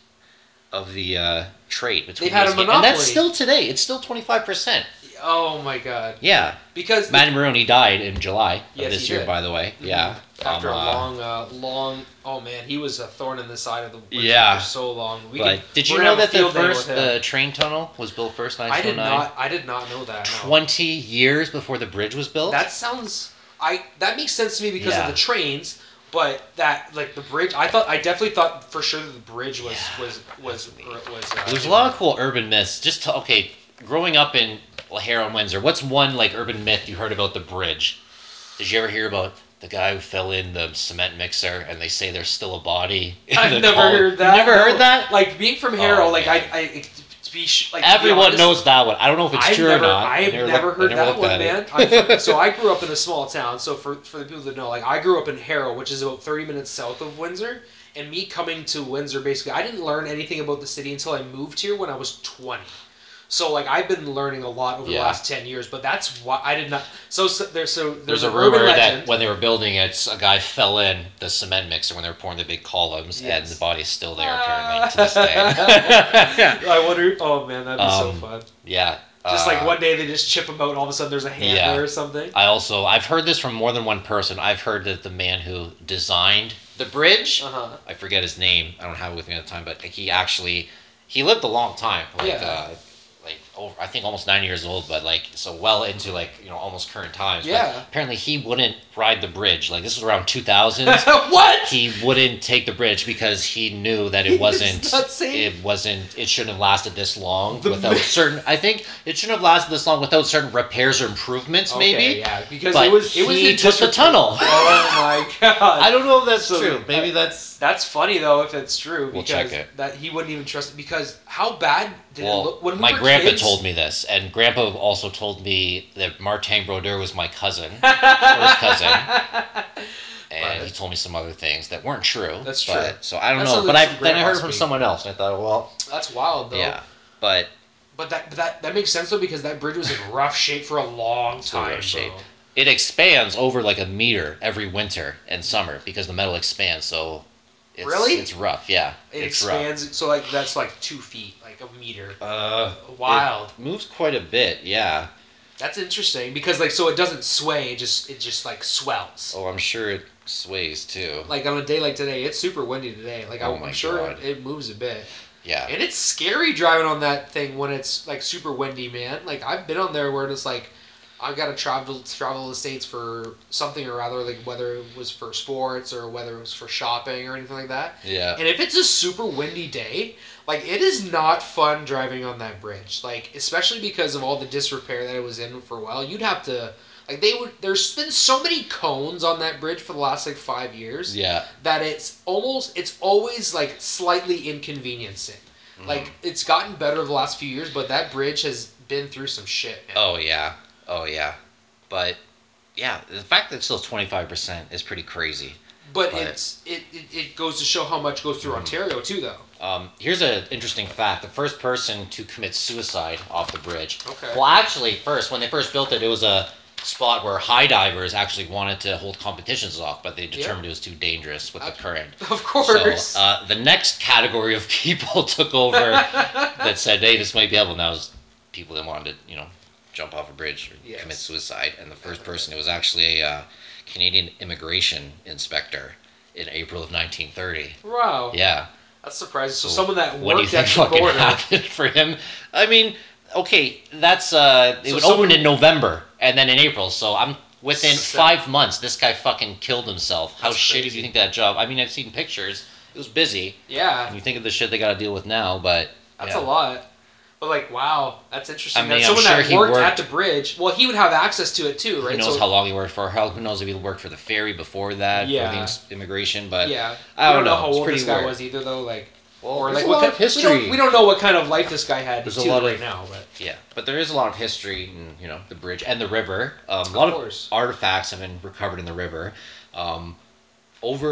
B: of the uh trade between
A: had
B: those
A: a
B: ga- and that's
A: monopoly.
B: still today it's still 25%
A: Oh my god.
B: yeah
A: Because the-
B: Matty Maroney died in July
A: Yes,
B: of this
A: he
B: year
A: did.
B: by the way
A: Mhm.
B: yeah
A: after
B: Um,
A: a
B: uh,
A: long, uh, long, oh man, he was a thorn in the side of the Windsor
B: Yeah.
A: for so long. We
B: but
A: could-
B: did
A: we're
B: you
A: gonna
B: know
A: have
B: that
A: a
B: the
A: field day
B: first uh,
A: with him.
B: the train tunnel was built first
A: I did
B: 1909
A: not. I did not know that. no.
B: 20 years before the bridge was built
A: That sounds. I that makes sense to me because
B: Yeah.
A: of the trains, but that like the bridge. I thought I definitely thought for sure that the bridge was
B: Yeah,
A: was was was. uh,
B: There's a lot of cool urban myths. Just to, okay, growing up in O'Hara and Windsor, what's one like urban myth you heard about the bridge? Did you ever hear about the guy who fell in the cement mixer and they say there's still a body? in the
A: I've never
B: coal?
A: heard that.
B: Never
A: no.
B: heard that?
A: Like being from Harrow,
B: Oh,
A: like
B: man.
A: I, I it- to be sh- like to be
B: Everyone
A: honest,
B: knows that one. I don't know if it's
A: I've
B: true
A: never,
B: or not. I
A: I've never,
B: looked- I
A: heard that
B: looked
A: one,
B: at it.
A: man. I'm from-
B: (laughs)
A: so I grew up in a small town. So for for the people that know, like I grew up in Harrow, which is about 30 minutes south of Windsor. And me coming to Windsor, basically, I didn't learn anything about the city until I moved here when I was 20. So like I've been learning a lot over
B: Yeah.
A: the last 10 years, but that's why I did not. So, so there's so
B: There's
A: there's,
B: a
A: an urban
B: rumor that
A: legend.
B: when they were building it, a guy fell in the cement mixer when they were pouring the big columns, and
A: Yes.
B: the body's still there
A: Ah.
B: apparently to this
A: (laughs)
B: day. (laughs)
A: I wonder. Oh man, that'd be so
B: Um,
A: fun.
B: yeah.
A: Just like
B: uh,
A: one day they just chip them out, and all of a sudden there's a hand
B: yeah.
A: there or something.
B: I also I've heard this from more than one person. I've heard that the man who designed the bridge,
A: Uh huh.
B: I forget his name. I don't have it with me at the time, but he actually he lived a long time, like
A: Yeah.
B: uh, like over, I think almost 90 years old, but like so well into like you know almost current times. But
A: Yeah.
B: apparently, he wouldn't ride the bridge. Like this was around
A: (laughs)
B: 2000s.
A: Uh-huh. what?
B: he wouldn't take the bridge because he knew that
A: It's
B: it wasn't
A: not safe.
B: it wasn't it shouldn't have lasted this long
A: The
B: without
A: mi-
B: certain I think it shouldn't have lasted this long without certain repairs or improvements
A: Okay,
B: maybe.
A: yeah, because
B: but
A: it was it was
B: he
A: in
B: took the
A: disrepair.
B: tunnel.
A: (laughs) Oh my god.
B: I don't know if that's
A: So,
B: true. Maybe
A: uh,
B: that's
A: That's funny though if it's true
B: We'll
A: because
B: check it.
A: that he wouldn't even trust it because how bad did it
B: well,
A: look when we
B: my
A: were
B: grandpa
A: kids,
B: told me this, and grandpa also told me that Martin Brodeur was my
A: (laughs)
B: cousin, first cousin, and
A: Right.
B: he told me some other things that weren't true.
A: That's
B: but,
A: true.
B: So I don't
A: That's
B: know,
A: something
B: but I
A: from
B: then I heard
A: grandpa
B: it from
A: speak.
B: someone else, and I thought, well,
A: That's wild though.
B: yeah, but
A: But that but that that makes sense though because that bridge was in rough shape for a long
B: in rough
A: time.
B: shape.
A: bro.
B: it expands over like a meter every winter and summer because the metal expands. So it's,
A: Really?
B: it's rough. Yeah,
A: It
B: it's
A: expands so like that's like two feet, like a meter.
B: rough. Uh,
A: Wild.
B: moves quite a bit. Yeah.
A: That's interesting because like so it doesn't sway, it just it just like swells.
B: Oh, I'm sure it sways too.
A: Like on a day like today, it's super windy today. Like
B: Oh
A: I'm
B: my
A: sure
B: God.
A: it moves a bit.
B: Yeah.
A: And it's scary driving on that thing when it's like super windy, man. Like I've been on there where it's like I've got to travel travel the states for something or other, like whether it was for sports or whether it was for shopping or anything like that.
B: Yeah.
A: And if it's a super windy day, like it is not fun driving on that bridge. Like especially because of all the disrepair that it was in for a while, you'd have to like they would. There's been so many cones on that bridge for the last like five years
B: Yeah.
A: that it's almost it's always like slightly inconveniencing.
B: Mm-hmm.
A: Like it's gotten better over the last few years, but that bridge has been through some shit. Man.
B: Oh yeah. Oh yeah. But yeah, the fact that it's still 25% is pretty crazy.
A: but
B: right. Mm-hmm.
A: it's it, it it goes to show how much goes through Ontario too, though. (laughs)
B: Um, here's an interesting fact: the first person to commit suicide off the bridge.
A: Okay.
B: Well, actually, first when they first built it, it was a spot where high divers actually wanted to hold competitions off, but they determined it was too dangerous with the
A: Okay.
B: current.
A: Of
B: So
A: course.
B: uh, the next category of people (laughs) took
A: (laughs)
B: over that said, "Hey, this might be able." And that was people that wanted to, you know, jump off a bridge or
A: Yes.
B: commit suicide. And the first person, it was actually a uh, Canadian immigration inspector in April of 1930.
A: wow,
B: Yeah.
A: that's surprising. So
B: So
A: someone that
B: What do you
A: worked
B: think
A: at the
B: fucking
A: border.
B: happened (laughs) for him? I mean, okay, that's uh, it
A: So
B: would
A: someone-
B: open in November and then in April, so I'm within
A: Seven-
B: five months. This guy fucking killed himself. How
A: That's
B: shitty do
A: crazy.
B: you think that job? I mean, I've seen pictures. It was busy. And
A: Yeah,
B: you think of the shit they got to deal with now, but
A: that's
B: yeah.
A: a lot. But like, wow, that's interesting.
B: I
A: that
B: mean, I'm
A: someone
B: sure
A: that
B: he
A: worked, at
B: worked-
A: the bridge. Well, he would have access to it too, right?
B: Who knows
A: so
B: how long he worked for? How, who knows if he worked for the ferry before that?
A: Yeah.
B: For the ins- immigration, but
A: yeah, we
B: I don't
A: don't know
B: know.
A: how
B: It's
A: old
B: pretty
A: this guy
B: weird.
A: was either, though. Like.
B: Well,
A: or
B: there's
A: like
B: a
A: what
B: lot
A: kind,
B: of history.
A: We don't, we don't know what kind of life this guy had
B: There's
A: There's
B: a
A: too
B: lot of-
A: right now, but
B: Yeah, but there is a lot of history, and you know, the bridge and the river. Um, a lot of,
A: course.
B: artifacts have been recovered in the river. Um, over,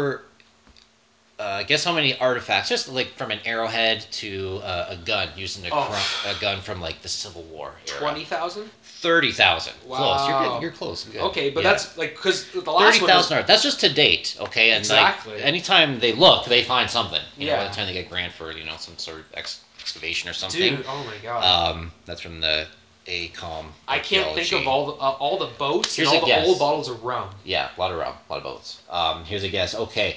B: uh, guess how many artifacts? Just like from an arrowhead to uh, a gun using a,
A: Oh.
B: cru- a gun from like the Civil War. Era.
A: twenty thousand.
B: Thirty thousand. Close. You're
A: Wow.
B: good. You're close. Good.
A: Okay, but
B: Yeah.
A: that's like because the last
B: thirty
A: one. Was,
B: thousand art. That's just to date, okay? And
A: Exactly.
B: like anytime they look, they find something. You know, by
A: Yeah.
B: the time they get grant for you know some sort of ex- excavation or something.
A: dude, oh my god,
B: Um, that's from the ACOM.
A: I can't think of
B: archaeology.
A: all the uh, all the boats and
B: Here's a
A: all the
B: guess.
A: old bottles of rum.
B: Yeah, a lot of rum, a lot of boats. Um, here's a guess. Okay,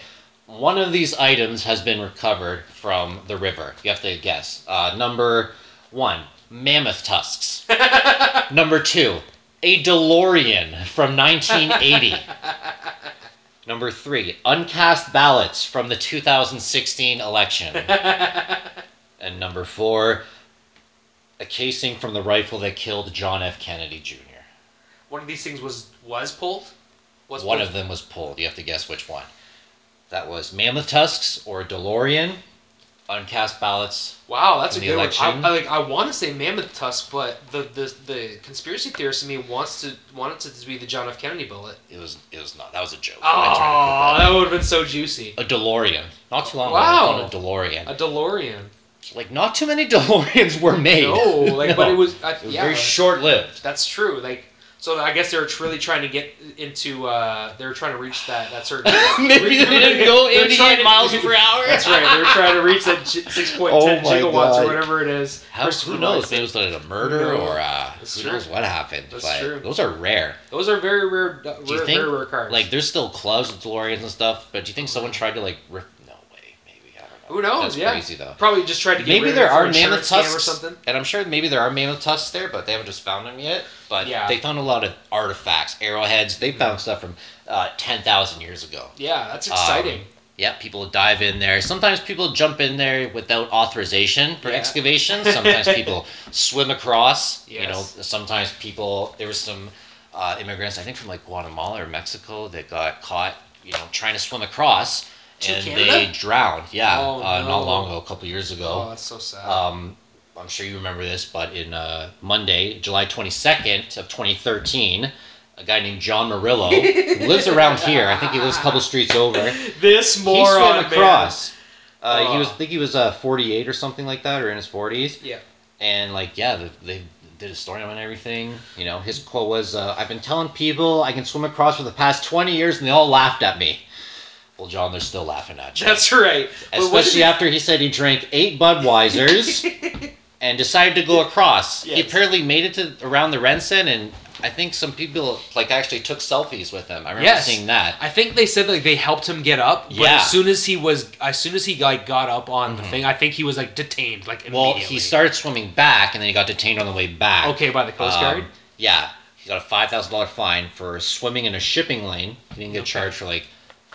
B: one of these items has been recovered from the river. You have to guess. Uh, number one, mammoth tusks. number two, a DeLorean from 1980. number three, uncast ballots from the 2016 election. and number four, a casing from the rifle that killed John F. Kennedy Jr.
A: One of these things was was pulled. Was
B: one
A: pulled?
B: of them was pulled. You have to guess which one. That was Mammoth Tusks or DeLorean, uncast ballots.
A: Wow, that's a
B: the
A: good
B: election?
A: one. I, I, like I want to say mammoth tusk, but the, the the conspiracy theorist in me wants to wants it to be the John F Kennedy bullet.
B: It was it was not. That was a joke. I
A: Oh,
B: tried to
A: that would have been so juicy.
B: put that- A DeLorean. Not too long
A: Wow.
B: ago, I found a DeLorean.
A: A DeLorean.
B: Like not too many (laughs) DeLoreans were made.
A: No, like, but
B: (laughs) No.
A: it was. I,
B: It was
A: yeah,
B: very
A: like-
B: short lived.
A: That's true. Like, so I guess they were really trying to get into. Uh, they were trying to reach that that
B: (laughs)
A: certain.
B: Maybe they didn't (laughs) go
A: They're
B: 88
A: trying to-
B: miles per hour.
A: That's right. They were trying to reach that gi- six point
B: Oh
A: ten
B: my
A: gigawatts
B: God.
A: or whatever it is.
B: How,
A: First
B: who
A: supervisor.
B: knows? Maybe it was like a murder
A: knows?
B: or uh,
A: That's
B: who
A: true.
B: knows what happened.
A: That's
B: but
A: true.
B: Those are rare.
A: Those are very rare, uh,
B: Do you
A: rare
B: think,
A: very rare cards.
B: Like, there's still clubs with DeLoreans and stuff, but do you think someone tried to like rip? No way, maybe I don't know.
A: Who knows?
B: That's
A: yeah.
B: crazy, though.
A: Probably just tried to get
B: maybe
A: rid
B: there
A: of it for
B: are mammoth
A: insurance scam
B: tusks
A: or something.
B: and i'm sure maybe there are mammoth tusks there but they haven't just found them yet but
A: Yeah. Mm.
B: they found a lot of artifacts arrowheads they found stuff from uh, 10000 years ago
A: Yeah, that's
B: Um,
A: exciting.
B: yeah people dive in there sometimes people jump in there without authorization for
A: Yeah.
B: excavation sometimes
A: (laughs)
B: people swim across you know
A: Yes.
B: sometimes people there was some uh, immigrants i think from like guatemala or mexico that got caught you know trying to swim across
A: To
B: and
A: Canada?
B: they drowned yeah
A: Oh,
B: uh,
A: no.
B: not long ago a couple years ago
A: oh, that's so sad.
B: um, I'm sure you remember this, but in uh, Monday, July 22nd of 2013, a guy named
A: (laughs)
B: John Murillo, who lives around here, I think he lives a couple streets over,
A: this
B: he
A: moron Oh.
B: swam across. Uh, he was, I
A: Ugh.
B: think he was uh, 48 or something like that, or in his 40s.
A: Yeah. (laughs)
B: And like, yeah, they, they did a story on it and everything. You know, his quote was, uh, "I've been telling people I can swim across for the past 20 years, and they all laughed at me." Well, John, they're still laughing at you.
A: man. That's right. But what
B: Especially
A: did
B: after he said he drank eight
A: (laughs)
B: Budweisers and decided to go across. He
A: Yes.
B: apparently made it to around the Rensen, and I think some people like actually took selfies with him. I remember
A: Yes.
B: seeing that.
A: I think they said like they helped him get up, but
B: Yeah. Mm-hmm.
A: as soon as he was, as soon as he like got up on the thing, I think he was like detained like
B: Well,
A: immediately.
B: he started swimming back, and then he got detained on the way back.
A: okay by the Coast Guard.
B: Um, yeah, he got a five thousand dollar fine for swimming in a shipping lane. He didn't get
A: Okay.
B: charged for like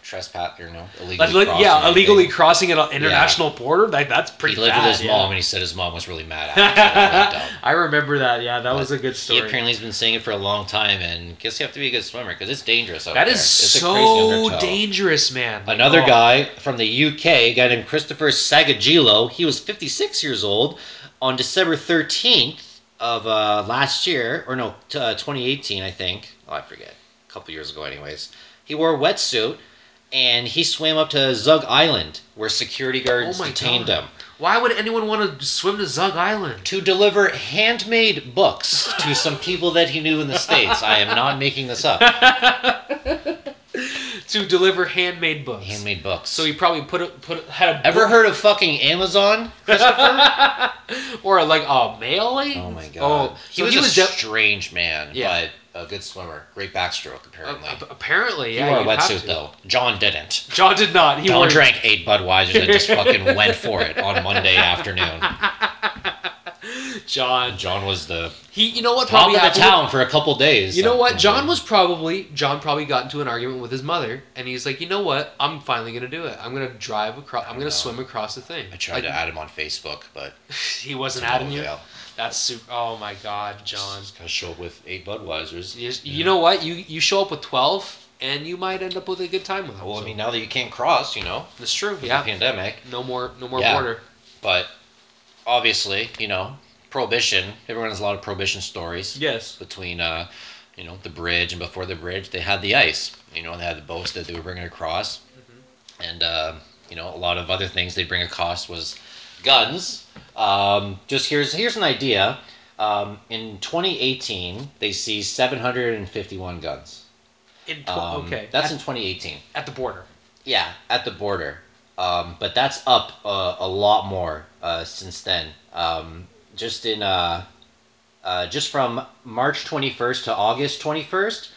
B: trespass or no illegally.
A: Like, like,
B: crossing
A: yeah,
B: anything.
A: illegally crossing an international border. Like, that's pretty.
B: He lived
A: bad,
B: with his
A: yeah. (laughs)
B: mom, and he said his mom was really mad at him. So it was really dumb.
A: I remember that. Yeah, that was a good
B: He
A: story.
B: apparently has been saying it for a long time, and guess you have to be a good swimmer because it's dangerous out
A: That
B: there.
A: is
B: It's a crazy
A: so
B: undertow.
A: dangerous, man. Like,
B: Another
A: oh,
B: guy from the UK, a guy named Christopher Sagagilo, he was 56 years old on December 13th of uh, last year, or no, t- uh, 2018, I think. Oh, I forget. A couple years ago, anyways. He wore a wetsuit and he swam up to Zug Island where security guards
A: Oh my
B: detained
A: God.
B: him
A: Why would anyone want to swim to Zug Island?
B: to deliver handmade books to some people that he knew in the States. I am not making this up.
A: (laughs) To deliver handmade books.
B: Handmade books.
A: So he probably put a, put a, had a
B: ever
A: book-
B: heard of fucking Amazon?
A: or like a mailing.
B: Oh my god.
A: Oh,
B: he
A: so
B: was
A: he
B: a
A: was de-
B: strange man,
A: Yeah.
B: but a good swimmer. Great backstroke apparently.
A: Ap- apparently,
B: he
A: yeah.
B: wore a
A: you'd have
B: wetsuit
A: to.
B: though. John didn't.
A: John did not. He
B: John
A: wore
B: drank eight Budweisers and
A: (laughs)
B: just fucking went for it on Monday afternoon.
A: John.
B: John was the
A: He, you know what?
B: top
A: Probably
B: of the
A: happened-
B: town for a couple days.
A: You know
B: So-
A: what? John was probably John probably got into an argument with his mother, and he's like, you know what? I'm finally gonna do it. I'm gonna drive across. I'm gonna
B: know.
A: swim across the thing.
B: I tried
A: Like,
B: to add him on Facebook, but
A: (laughs) He wasn't
B: to no
A: adding you.
B: avail.
A: That's super. Oh my God, John.
B: Just gotta show up with eight Budweisers.
A: You, you know what? You you show up with twelve, and you might end up with a good time with him.
B: Well, I
A: so.
B: mean, now that you can't cross, you know,
A: that's true.
B: with the
A: Yeah.
B: pandemic,
A: No more. No more
B: Yeah.
A: border.
B: but obviously, you know, prohibition. Everyone has a lot of prohibition stories.
A: Yes.
B: between uh, you know the bridge and before the bridge they had the ice you know they had the boats that they were bringing across
A: Mm-hmm.
B: and uh, you know a lot of other things they bring across was guns um, just here's here's an idea um, in 2018 they see 751 guns
A: In tw-
B: um,
A: okay.
B: that's
A: at,
B: in 2018
A: at the border.
B: yeah, at the border. Um, but that's up uh, a lot more uh, since then. Um, just in uh, uh, just from March 21st to August 21st,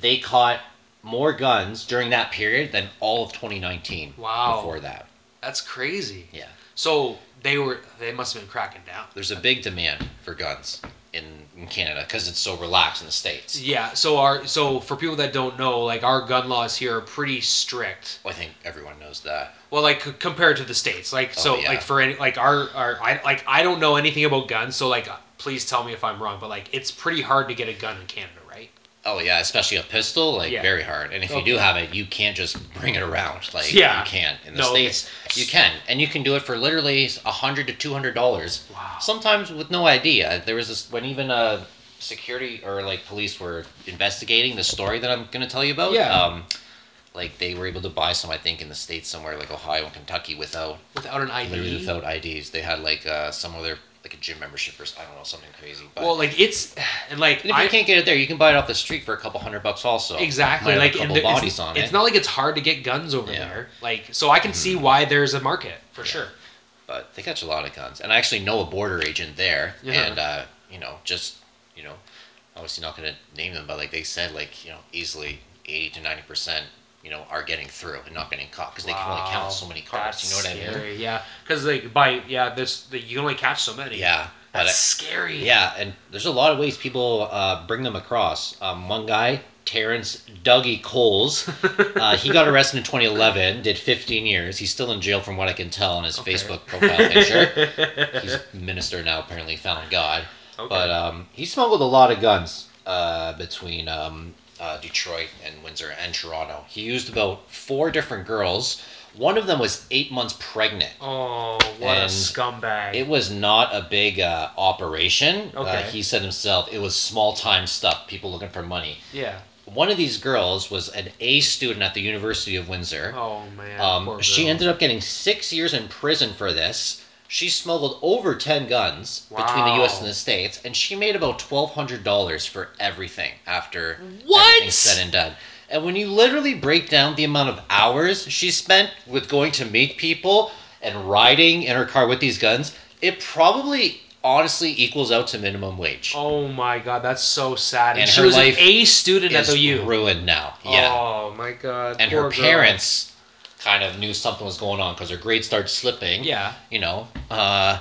B: they caught more guns during that period than all of 2019.
A: Wow.
B: Before that,
A: That's crazy.
B: yeah,
A: So they were. They must have been cracking down.
B: there's a big demand for guns in, in Canada because it's so relaxed in the states.
A: Yeah. So our so for people that don't know, like our gun laws here are pretty strict.
B: I think everyone knows that.
A: Well, like c- compared to the states, like so,
B: Oh, yeah.
A: like for any, like our our I like I don't know anything about guns, so like please tell me if I'm wrong, but like it's pretty hard to get a gun in Canada, right?
B: Oh yeah, especially a pistol, like
A: Yeah.
B: very hard. And if you
A: Okay.
B: do have it, you can't just bring it around. Like
A: Yeah.
B: you can't in the
A: No, okay.
B: states. You can, and you can do it for literally a hundred to two hundred dollars.
A: Wow.
B: Sometimes with no idea. There was this when even uh, security or like police were investigating the story that I'm gonna tell you about.
A: Yeah.
B: Um, like they were able to buy some, I think, in the states somewhere like Ohio and Kentucky without
A: Without an ID.
B: literally without IDs. They had like uh, some other like a gym membership or s- I don't know something crazy. But
A: well, like it's and like
B: and if
A: I
B: you can't get it there, you can buy it off the street for a couple hundred bucks also.
A: exactly
B: Might
A: like
B: have a
A: and
B: couple
A: there-
B: bodies
A: it's,
B: on
A: it's
B: it.
A: not like it's hard to get guns over
B: Yeah. Mm-hmm.
A: there. Like so, I can see why there's a market for sure.
B: but they catch a lot of guns. And I actually know a border agent there,
A: Yeah.
B: and uh, you know, just you know, obviously not gonna name them, but like they said, like you know, easily eighty to ninety percent you know, are getting through and not getting caught because they can only count so many cars.
A: That's
B: you know what I mean?
A: scary, Yeah, because like by yeah, there's the, you can only catch so many.
B: Yeah. But uh,
A: that's
B: I-
A: scary.
B: Yeah, and there's a lot of ways people uh, bring them across. Um, one guy, Terrence
A: (laughs)
B: Dougie Coles, uh, he got arrested in 2011, did 15 years. He's still in jail, from what I can tell on his
A: Okay.
B: Facebook profile
A: (laughs)
B: picture. He's a minister now, apparently found God.
A: Okay.
B: But um, he smuggled a lot of guns uh, between um, uh, Detroit and Windsor and Toronto. He used about four different girls. One of them was eight months pregnant.
A: oh, what a
B: And
A: scumbag!
B: It was not a big uh, operation. Uh,
A: Okay.
B: he said himself, it was small time stuff, people looking for money.
A: yeah.
B: One of these girls was an A student at the University of Windsor.
A: Oh man.
B: um,
A: poor
B: she
A: girl.
B: ended up getting six years in prison for this. She smuggled over 10 guns between the US
A: Wow.
B: and the States, and she made about $1,200 for everything after
A: What?
B: everything's said and done. And when you literally break down the amount of hours she spent with going to meet people and riding in her car with these guns, it probably honestly equals out to minimum wage.
A: Oh my god, that's so sad. And,
B: And
A: she
B: her
A: was
B: life
A: an A student at
B: It's
A: the U.
B: ruined now. Yeah.
A: Oh my god.
B: and
A: poor
B: her
A: girl.
B: parents kind of knew something was going on because her grades started slipping.
A: Yeah.
B: You know, uh,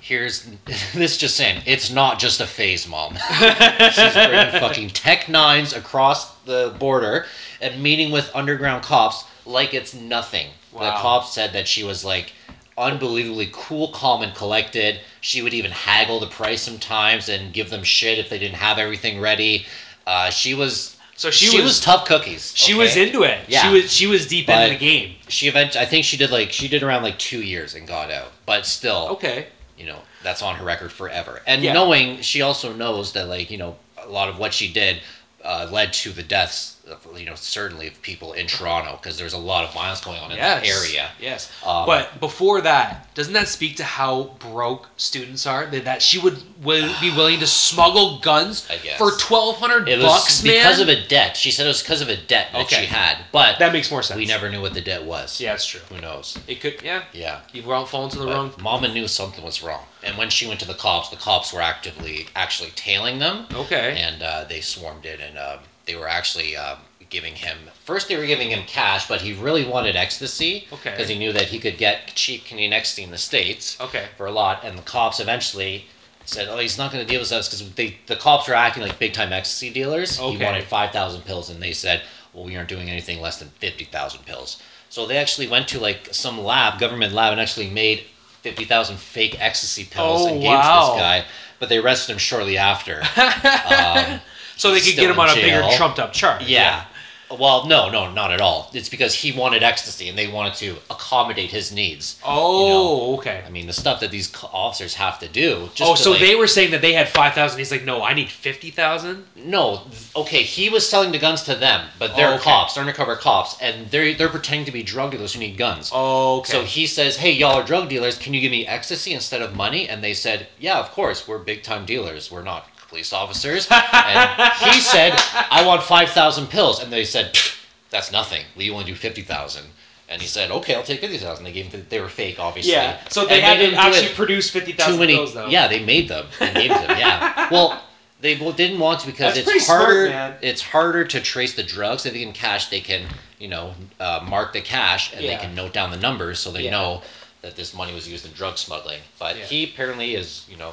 B: here's (laughs) this just in. It's not just a phase, mom. (laughs) She's bringing fucking tech nines across the border and meeting with underground cops like it's nothing. The
A: Wow.
B: cops said that she was like unbelievably cool, calm, and collected. She would even haggle the price sometimes and give them shit if they didn't have everything ready. Uh, she was.
A: So
B: She,
A: she,
B: was,
A: was,
B: tough cookies.
A: she was
B: okay?
A: into it.
B: Yeah.
A: She was she was deep
B: But-
A: into the game.
B: she eventually, I think she did like she did around like two years and got out, but still,
A: Okay.
B: you know, that's on her record forever. And
A: Yeah.
B: knowing she also knows that like you know a lot of what she did uh, led to the deaths, of, you know, certainly of people in Toronto because there's a lot of violence going on in
A: Yes.
B: that area.
A: Yes.
B: Um,
A: but before that, doesn't that speak to how broke students are? That, that she would will
B: (sighs)
A: be willing to smuggle guns
B: I guess.
A: for twelve hundred
B: It was
A: bucks, man.
B: because of a debt. She said it was because of a debt that
A: Okay.
B: she had, but
A: that makes more sense.
B: we never knew what the debt was.
A: Yeah, it's true.
B: who knows?
A: It could. Yeah.
B: Yeah.
A: You were fall into the
B: But
A: wrong.
B: Mama knew something was wrong, and when she went to the cops, the cops were actively actually tailing them.
A: Okay.
B: and uh, they swarmed in and um, they were actually um, giving him first they were giving him cash but he really wanted ecstasy
A: Okay.
B: because he knew that he could get cheap canadian ecstasy in the states
A: Okay.
B: for a lot and the cops eventually said oh he's not going to deal with us because they the cops were acting like big time ecstasy dealers he
A: Okay.
B: wanted 5000 pills and they said well we aren't doing anything less than 50000 pills so they actually went to like some lab government lab and actually made 50000 fake ecstasy pills
A: Oh,
B: and gave to
A: wow.
B: this guy but they arrested him shortly after um,
A: So they
B: he's
A: could get
B: still
A: him on a
B: in
A: bigger
B: jail.
A: trumped up charge.
B: Yeah. Well, no, no, not at all. It's because he wanted ecstasy and they wanted to accommodate his needs.
A: Oh, okay.
B: I mean, the stuff that these co- officers have to do. Just
A: Oh,
B: to,
A: so
B: like-
A: they were saying that they had five thousand. He's like, no, I need fifty thousand.
B: No, th- okay, he was selling the guns to them, but they're
A: Oh, okay.
B: cops, they're undercover cops, and they're, they're pretending to be drug dealers who need guns.
A: Oh, okay.
B: So he says, hey, y'all are drug dealers. Can you give me ecstasy instead of money? And they said, yeah, of course. We're big time dealers. We're not police officers.
A: (laughs)
B: and he said, I want 5,000 pills. And they said, "Pfft, that's nothing. We only do 50,000. And he said, okay, I'll take 50,000. They gave him, they were fake, obviously.
A: yeah. So they
B: And
A: had to
B: didn't do it
A: actually produce fifty thousand pills, though.
B: yeah, they made them. They gave them.
A: (laughs)
B: Yeah. Well, they w- didn't want to because
A: That's pretty
B: it's
A: smart,
B: harder.
A: man.
B: it's harder to trace the drugs. If they can cash, they can you know uh, mark the cash and
A: Yeah.
B: they can note down the numbers so they
A: Yeah.
B: know that this money was used in drug smuggling. But
A: Yeah.
B: he apparently is you know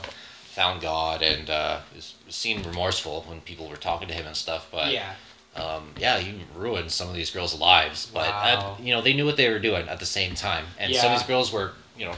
B: found God and uh, is, seemed remorseful when people were talking to him and stuff. But
A: Yeah.
B: (laughs) um, yeah, you ruined some of these girls' lives. But
A: Wow.
B: uh, you know, they knew what they were doing at the same time, and some
A: Yeah.
B: of these girls were, you know,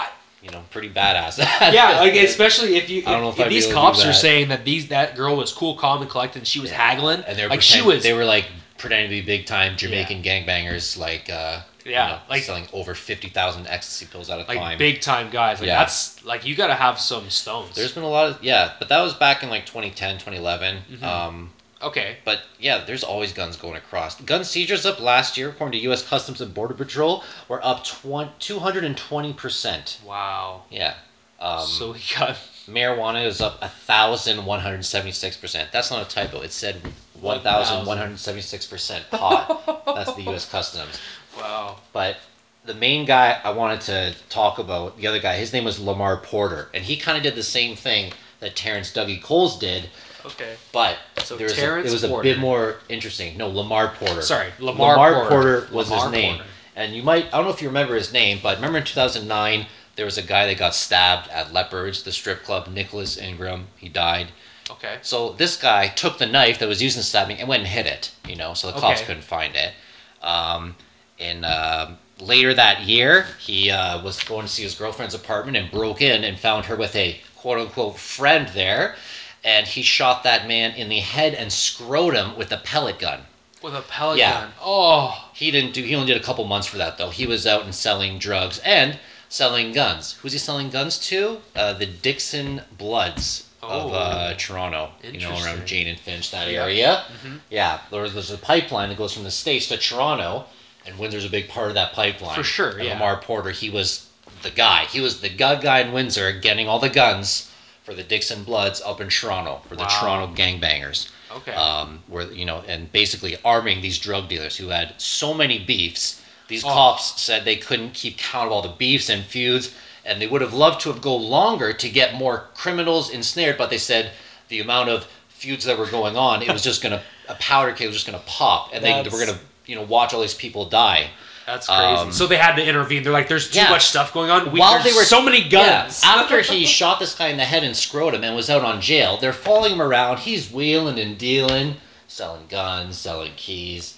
A: I-
B: you know, pretty badass.
A: (laughs) Yeah, like especially if you if,
B: I don't know if I'd
A: if
B: be
A: these
B: able to
A: cops
B: do
A: are
B: that.
A: saying that these that girl was cool, calm, and collected, and she was
B: Yeah.
A: haggling,
B: (laughs) and they were
A: like she
B: pretend-
A: was,
B: They were like pretending to be big time Jamaican gangbangers, like uh, you
A: Yeah,
B: know,
A: like-
B: selling over fifty thousand ecstasy pills at a
A: like
B: time.
A: big time guys. Like
B: Yeah.
A: that's like you got to have some stones.
B: There's been a lot of yeah, but that was back in like 2010, 2011.
A: Mhm.
B: Um,
A: okay,
B: But yeah, there's always guns going across. Gun seizures up last year, according to U.S. Customs and Border Patrol, were up two hundred and twenty percent.
A: wow.
B: Yeah. Um,
A: so we got (laughs)
B: marijuana is up thousand one hundred seventy-six percent. That's not a typo. It said one thousand one hundred seventy-six percent pot. That's the U.S. Customs.
A: wow.
B: But the main guy I wanted to talk about, the other guy, his name was Lamar Porter, and he kind of did the same thing that Terrence Dougie Coles did,
A: Okay,
B: but
A: So
B: there was a,
A: Terrence
B: it was a
A: Porter.
B: bit more interesting. No, Lamar Porter.
A: Sorry, Lamar
B: Lamar,
A: Porter.
B: Porter. was
A: Lamar
B: his name.
A: Porter.
B: And you might, I don't know if you remember his name, but remember in 2009, there was a guy that got stabbed at Leopards, the strip club, Nicholas Ingram. He died.
A: Okay.
B: So this guy took the knife that was used in the stabbing and went and hid it, you know, so the cops
A: Okay.
B: couldn't find it. Um, and um later that year, he uh, was going to see his girlfriend's apartment and broke in and found her with a quote unquote friend there. And he shot that man in the head and scrotum with a pellet gun.
A: With a pellet
B: Yeah.
A: gun. Oh.
B: He didn't do, he only did a couple months for that though. He was out and selling drugs and selling guns. Who's he selling guns to? Uh, the Dixon Bloods of
A: Oh.
B: uh, Toronto, you know,
A: Interesting.
B: around Jane and Finch, that
A: Yeah.
B: area.
A: Mhm.
B: Yeah, there's, there's a pipeline that goes from the States to Toronto, and Windsor's a big part of that pipeline.
A: For sure,
B: And
A: yeah.
B: Lamar Porter, he was the guy. He was the gun guy in Windsor getting all the guns for the Dixon Bloods up in Toronto, for the
A: Wow.
B: Toronto gangbangers.
A: Okay.
B: Um, where, you know, and basically arming these drug dealers who had so many beefs. These
A: Oh.
B: cops said they couldn't keep count of all the beefs and feuds, and they would have loved to have go longer to get more criminals ensnared, but they said the amount of feuds that were going on, it was just gonna a powder keg was just gonna pop, and they, they were
A: That's-
B: gonna you know watch all these people die.
A: That's crazy.
B: um,
A: so they had to intervene. They're like, there's too
B: Yeah.
A: much stuff going on. We,
B: While
A: there's
B: they were-
A: so many guns.
B: Yeah, (laughs) after he shot this guy in the head and scrotum and was out on jail, they're following him around. He's wheeling and dealing, selling guns, selling keys.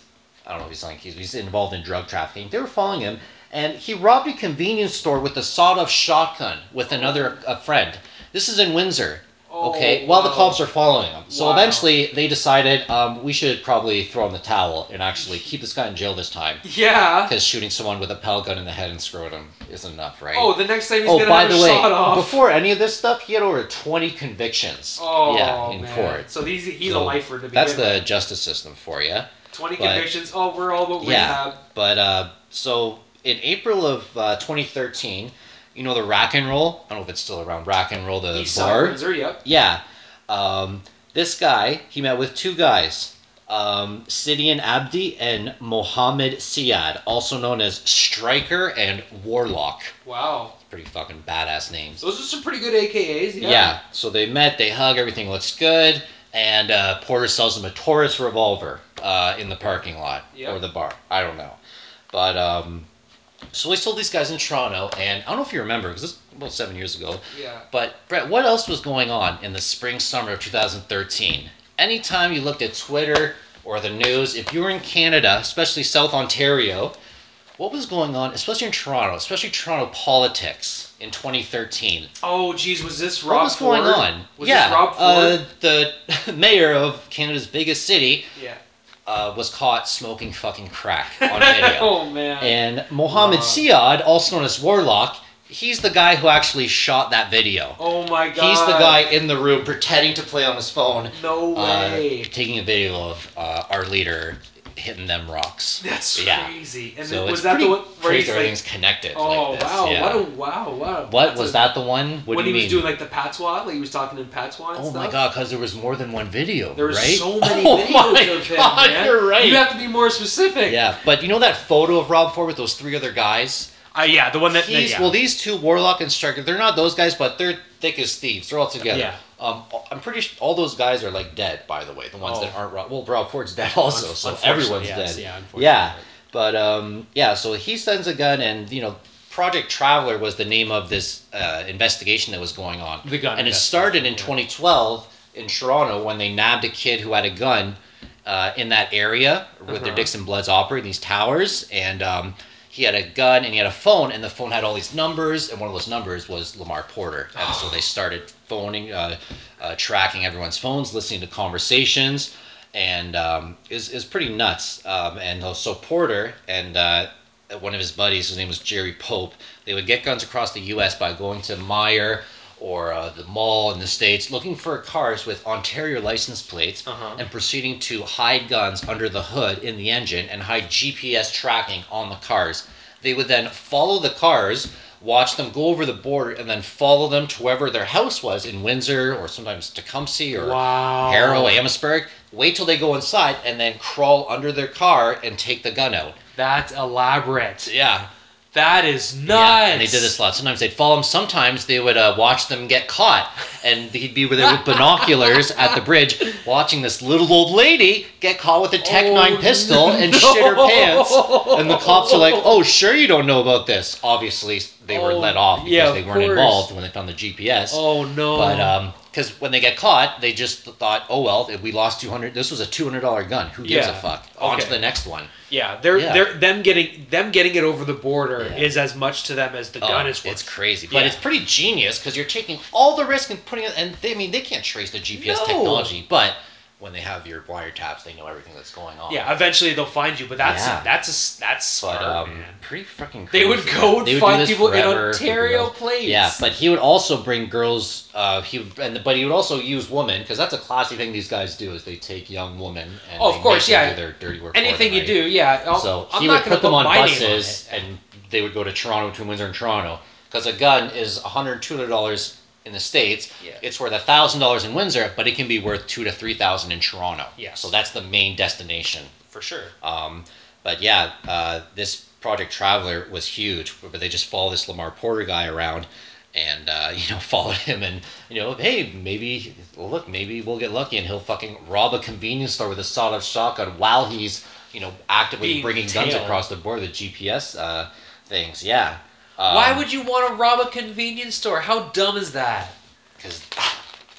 B: I don't know if he's selling keys, but he's involved in drug trafficking. They were following him, and he robbed a convenience store with a sawed-off shotgun with another a friend. This is in Windsor. Okay,
A: Oh,
B: while the
A: wow.
B: cops are following him. So
A: Wow.
B: eventually they decided um, we should probably throw in the towel and actually keep this guy in jail this time.
A: yeah.
B: Because shooting someone with a pellet gun in the head and scrotum isn't enough, right?
A: Oh, the next time he's
B: Oh,
A: gonna
B: by
A: have
B: the
A: a
B: way,
A: shot off.
B: before any of this stuff, he had over 20 convictions.
A: oh,
B: yeah, in
A: man.
B: court.
A: So these, he's
B: So
A: a lifer to begin
B: That's
A: with.
B: the justice system for you.
A: 20
B: but-
A: convictions. Oh, we're all about
B: Yeah.
A: rehab.
B: But uh, so in April of uh, 2013, you know the Rack and Roll. I don't know if it's still around. Rack and Roll, the
A: East side of
B: bar.
A: Windsor, yep.
B: Yeah. Um, this guy, he met with two guys, um, Sidian Abdi and Mohammed Siad, also known as Striker and Warlock.
A: Wow.
B: Pretty fucking badass names.
A: Those are some pretty good AKAs. Yeah.
B: Yeah. So they met, they hug, everything looks good, and uh, Porter sells him a Taurus revolver uh, in the parking lot
A: Yep.
B: or the bar. I don't know. But um, so we sold these guys in Toronto, and I don't know if you remember because this was about seven years ago.
A: Yeah.
B: But Brett, what else was going on in the spring summer of 2013? Anytime you looked at Twitter or the news, if you were in Canada, especially South Ontario, what was going on, especially in Toronto, especially Toronto politics in 2013?
A: Oh, geez, was this Rob
B: what was going
A: Ford?
B: on?
A: Was
B: yeah,
A: this Rob Ford?
B: Uh, the (laughs) mayor of Canada's biggest city
A: yeah.
B: uh, was caught smoking fucking crack
A: (laughs)
B: on video.
A: oh, man.
B: and Mohammed
A: Wow.
B: Siad, also known as Warlock, he's the guy who actually shot that video.
A: oh, my God.
B: He's the guy in the room pretending to play on his phone,
A: No
B: uh,
A: way. (laughs)
B: taking a video of uh, our leader hitting them rocks.
A: That's
B: yeah.
A: crazy. And
B: so
A: then, was
B: it's
A: that
B: pretty
A: the one where
B: crazy
A: he's like,
B: everything's connected.
A: oh,
B: like this,
A: wow,
B: yeah.
A: what a wow, wow.
B: What
A: That's
B: was
A: a-
B: that the one? What
A: when
B: do you
A: he
B: mean?
A: was doing like the patois, like he was talking in patois and
B: Oh
A: stuff.
B: my god, because there was more than one video,
A: There was
B: right? (laughs)
A: so many
B: oh
A: videos
B: my
A: of him,
B: God,
A: man.
B: You're right.
A: You have to be more specific.
B: yeah, but you know that photo of Rob Ford with those three other guys?
A: Uh, yeah, the one that.
B: He's,
A: yeah.
B: Well, these two, Warlock and Striker, they're not those guys, but they're thick as thieves. They're all together.
A: Yeah.
B: Um, I'm pretty sure all those guys are like dead, by the way. The ones
A: Oh.
B: that aren't Rob. Well, Rob Ford's dead also, so
A: Unfortunately,
B: everyone's
A: yes,
B: dead.
A: Yeah, unfortunately.
B: Yeah, but um, yeah. So he sends a gun, and you know, Project Traveler was the name of this uh, investigation that was going on.
A: The gun
B: and it
A: investigation,
B: started in
A: yeah.
B: 2012 in Toronto when they nabbed a kid who had a gun uh, in that area with their
A: Uh-huh.
B: Dixon Bloods operating these towers, and um, he had a gun and he had a phone, and the phone had all these numbers, and one of those numbers was Lamar Porter, and so they started phoning, uh, uh, tracking everyone's phones, listening to conversations and um, is is pretty nuts. Um, and so Porter and uh, one of his buddies, whose name was Jerry Pope, they would get guns across the U.S. by going to Meyer or uh, the mall in the states, looking for cars with Ontario license plates,
A: Uh-huh.
B: and proceeding to hide guns under the hood in the engine and hide GPS tracking on the cars. They would then follow the cars. Watch them go over the border and then follow them to wherever their house was in Windsor or sometimes Tecumseh or
A: Wow.
B: Harrow, Amherstburg. Wait till they go inside and then crawl under their car and take the gun out.
A: That's elaborate.
B: Yeah.
A: That is nuts.
B: Yeah, and they did this a lot. Sometimes they'd follow him. Sometimes they would uh, watch them get caught, and he'd be there
A: (laughs)
B: with binoculars at the bridge, watching this little old lady get caught with a Tech
A: Oh,
B: Nine pistol and
A: no.
B: shit her pants. And the cops are like, "Oh, sure, you don't know about this." Obviously, they were
A: Oh,
B: let off because
A: yeah,
B: they
A: of
B: weren't
A: course.
B: involved when they found the GPS.
A: Oh no.
B: But um, because when they get caught, they just thought, "Oh well, if we lost two hundred. This was a two hundred dollar gun. Who gives
A: Yeah.
B: a fuck? On to
A: Okay.
B: the next one."
A: yeah, they're
B: Yeah.
A: they're them getting them getting it over the border
B: Yeah.
A: is as much to them as the
B: Oh,
A: gun is worth.
B: it's crazy, but
A: Yeah.
B: it's pretty genius because you're taking all the risk and putting it. And they, I mean, they can't trace the GPS
A: No.
B: technology, but when they have your wiretaps, they know everything that's going on.
A: yeah, eventually they'll find you, but that's
B: Yeah.
A: that's a, s- that's smart,
B: but um,
A: man.
B: pretty freaking.
A: They would
B: crazy.
A: go and
B: They would do
A: find
B: this
A: people in
B: forever for
A: Ontario
B: girls.
A: plates.
B: Yeah, but he would also bring girls. Uh, he would, and but he would also use women because that's a classy thing these guys do is they take young women. And
A: Oh, of
B: they
A: course,
B: make them
A: yeah.
B: do their dirty work. for
A: anything
B: them,
A: you
B: right?
A: do, yeah. I'll,
B: So
A: I'm
B: he
A: not gonna
B: would put them
A: put
B: on
A: my name on
B: buses,
A: it.
B: and they would go to Toronto between Windsor and Toronto because a gun is $100, $200 in the states.
A: Yeah.
B: It's worth thousand dollars in Windsor, but it can be worth two to three thousand in Toronto.
A: Yes.
B: So that's the main destination.
A: for sure.
B: Um, but yeah, uh, this Project Traveler was huge, but they just follow this Lamar Porter guy around and, uh, (laughs) you know, followed him and, you know, hey, maybe, look, maybe we'll get lucky and he'll fucking rob a convenience store with a sawed off shotgun while he's, you know, actively
A: Being
B: bringing guns
A: tailed.
B: across the board with GPS uh, things. Yeah. Uh, Um,
A: Why would you want to rob a convenience store? How dumb is that?
B: Because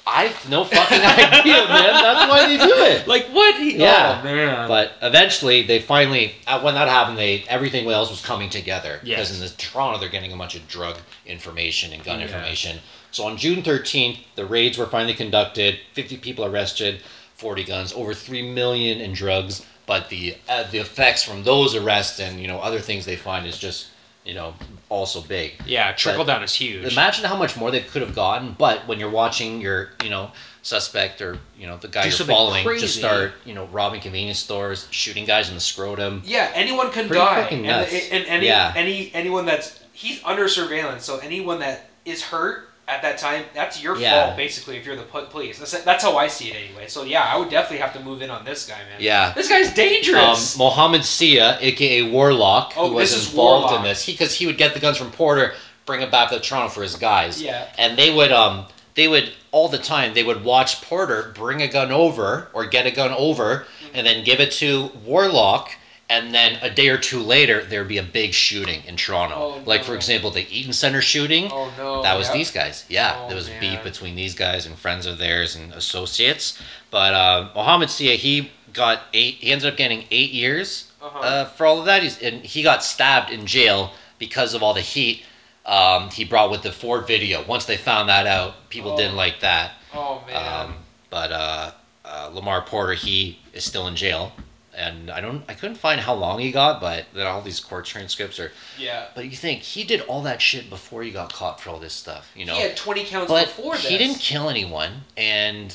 B: I've no fucking (laughs) idea, man. That's why they do it.
A: Like what? He-
B: Yeah.
A: oh, man.
B: But eventually, they finally, uh, when that happened, they everything else was coming together.
A: Yes.
B: Because in the Toronto, they're getting a bunch of drug information and gun
A: Yeah.
B: information. So on June 13th, the raids were finally conducted. 50 people arrested, 40 guns, over 3 million in drugs. But the uh, the effects from those arrests and you know other things they find is just you know also big.
A: yeah, trickle down is huge.
B: Imagine how much more they could have gotten, but when you're watching your, you know, suspect or you know the guy
A: Do
B: you're
A: something
B: following just
A: crazy.
B: start, you know, robbing convenience stores, shooting guys in the scrotum.
A: Yeah, anyone can
B: Pretty
A: die,
B: fucking
A: and,
B: nuts.
A: and any
B: Yeah.
A: any anyone that's he's under surveillance, so anyone that is hurt at that time, that's your
B: Yeah.
A: fault basically. If you're the po- police, that's, that's how I see it anyway. So yeah, I would definitely have to move in on this guy, man.
B: Yeah.
A: this guy's
B: Um,
A: dangerous.
B: Mohammed Sia, aka Warlock,
A: Oh,
B: who was
A: this is
B: involved
A: Warlock.
B: in this, he because he would get the guns from Porter, bring them back to Toronto for his guys.
A: Yeah.
B: and they would um they would all the time they would watch Porter bring a gun over or get a gun over and then give it to Warlock and then a day or two later there'd be a big shooting in Toronto.
A: Oh,
B: like
A: no.
B: for example the Eaton Center shooting.
A: oh no,
B: that was
A: yeah.
B: these guys. Yeah,
A: Oh,
B: there was
A: man.
B: beef between these guys and friends of theirs and associates. But uh, Mohammed Sia, he got eight. He ended up getting eight years
A: Uh-huh.
B: uh, for all of that. He's, and he got stabbed in jail because of all the heat um, he brought with the Ford video. Once they found that out, people
A: Oh.
B: didn't like that.
A: oh man,
B: Um, but uh, uh, Lamar Porter, he is still in jail, and I don't, I couldn't find how long he got, but then all these court transcripts are.
A: yeah.
B: But you think he did all that shit before he got caught for all this stuff, you know?
A: he had twenty counts
B: but
A: before this.
B: he didn't kill anyone, and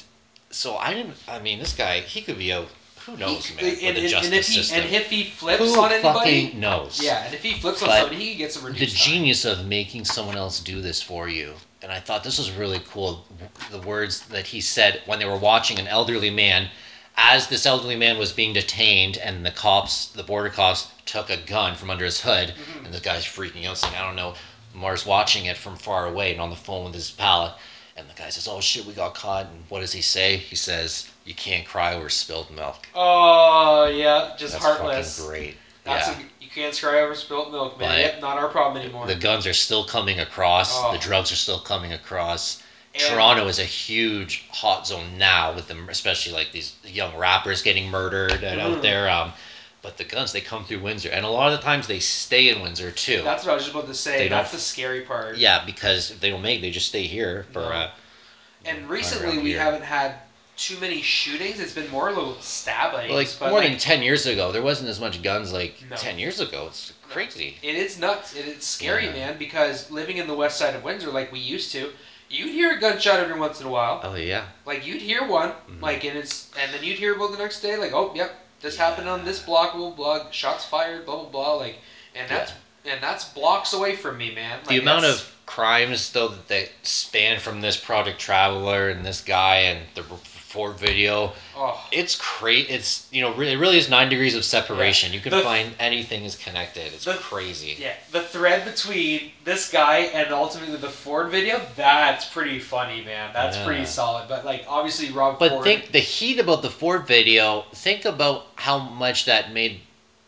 B: so I didn't. I mean, this guy, he could be out. Who
A: He-
B: knows, man? with
A: and,
B: the
A: and-
B: justice
A: and if he
B: system.
A: and if he flips
B: Who
A: on anybody,
B: fucking knows?
A: yeah, and if he flips on
B: But
A: somebody, he gets a
B: the
A: reduced time.
B: genius of making someone else do this for you. And I thought this was really cool. The words that he said when they were watching an elderly man, as this elderly man was being detained, and the cops, the border cops, took a gun from under his hood,
A: Mm-hmm.
B: and the guy's freaking out, saying, "I don't know." Mars watching it from far away and on the phone with his pal, and the guy says, "Oh shit, we got caught." And what does he say? He says, "You can't cry over spilled milk."
A: Oh yeah, just
B: That's
A: heartless.
B: fucking great.
A: That's
B: yeah.
A: a, you can't cry over spilt milk, man.
B: But-
A: yep, not our problem anymore.
B: the guns are still coming across.
A: Oh.
B: The drugs are still coming across.
A: And-
B: Toronto is a huge hot zone now with them, especially like these young rappers getting murdered and
A: Mhm.
B: out there. Um, but the guns they come through Windsor, and a lot of the times they stay in Windsor too.
A: That's what I was just about to say.
B: They
A: That's
B: don't-
A: the scary part.
B: yeah, because if they don't make, they just stay here for.
A: No.
B: Uh,
A: And
B: around
A: recently we
B: here.
A: haven't had too many shootings. It's been more little stabbings.
B: like
A: but
B: more
A: like,
B: than ten years ago, there wasn't as much guns like
A: No.
B: ten years ago. It's crazy.
A: it is nuts. It, it's scary,
B: Yeah.
A: man. Because living in the west side of Windsor, like we used to, you'd hear a gunshot every once in a while.
B: Oh yeah,
A: Like you'd hear one,
B: Mm-hmm.
A: like and it's and then you'd hear about the next day, like oh yep, this happened on this block, blah blah, blah shots fired, blah blah blah, like and that's and that's blocks away from me, man. Like,
B: the amount
A: that's-
B: of crimes though that they span from this project traveler and this guy and the r- Ford video.
A: Oh.
B: It's crazy. It's you know re- it really is nine degrees of separation. You can
C: The-
B: find anything is connected. It's
C: The-
B: crazy.
C: Yeah, the thread between this guy and ultimately the Ford video, that's pretty funny, man. That's
B: Yeah.
C: pretty solid. But like obviously Rob
B: But
C: Ford
B: think the heat about the Ford video. Think about how much that made,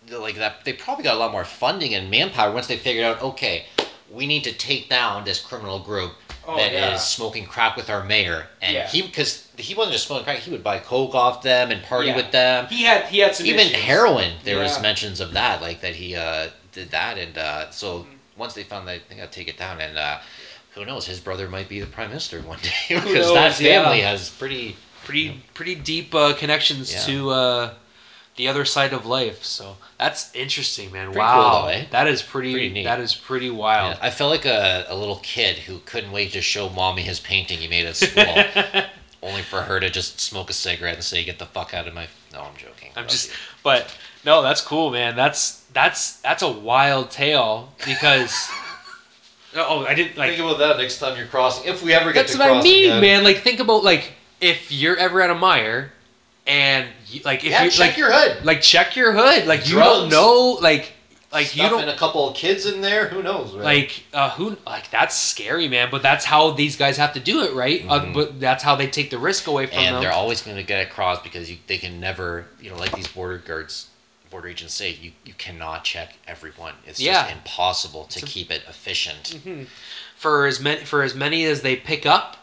B: like that. They probably got a lot more funding and manpower once they figured out. Okay, we need to take down this criminal group that
C: Oh,
B: is
C: yeah.
B: smoking crack with our mayor, and
C: Yeah.
B: he because he wasn't just smoking crack. He would buy coke off them and party
C: Yeah.
B: with them.
C: he had he had some
B: Even
C: issues.
B: heroin. There was
C: Yeah.
B: mentions of that, like that he uh, did that, and uh, so once they found that, they got to take it down, and uh, who knows, his brother might be the prime minister one (laughs) day because that
A: knows, yeah.
B: family has pretty.
A: pretty pretty deep uh, connections
B: Yeah.
A: to uh, the other side of life. So that's interesting, man.
B: Pretty
A: wow,
B: cool though, eh?
A: that is pretty.
B: Pretty neat.
A: That is pretty wild.
B: Yeah, I felt like a, a little kid who couldn't wait to show mommy his painting he made at school,
A: (laughs)
B: only for her to just smoke a cigarette and say, "Get the fuck out of my." No, I'm joking.
A: I'm
B: Love
A: just,
B: you.
A: but no, that's cool, man. That's that's that's a wild tale
B: (laughs)
A: because. oh, I didn't like.
B: think about that next time you're crossing. If we ever get
A: That's
B: to
A: what I
B: cross
A: mean,
B: again.
A: man. Like, think about like if you're ever at a mire, and you, like if
B: Yeah,
A: you
B: check
A: like
B: your hood.
A: like check your hood. Like you don't
B: Drugs.
A: know. Like like you
B: Stuffing
A: don't
B: a couple of kids in there. Who knows? Right?
A: like uh, who like that's scary man but that's how these guys have to do it right uh,
B: Mhm.
A: but that's how they take the risk away from
B: and
A: them
B: they're always going to get across because you, they can never, you know, like these border guards, border agents say, you, you cannot check everyone. It's
A: Yeah.
B: just impossible to
A: It's a- Mm-hmm.
B: keep it efficient.
A: for as many for as many as they pick up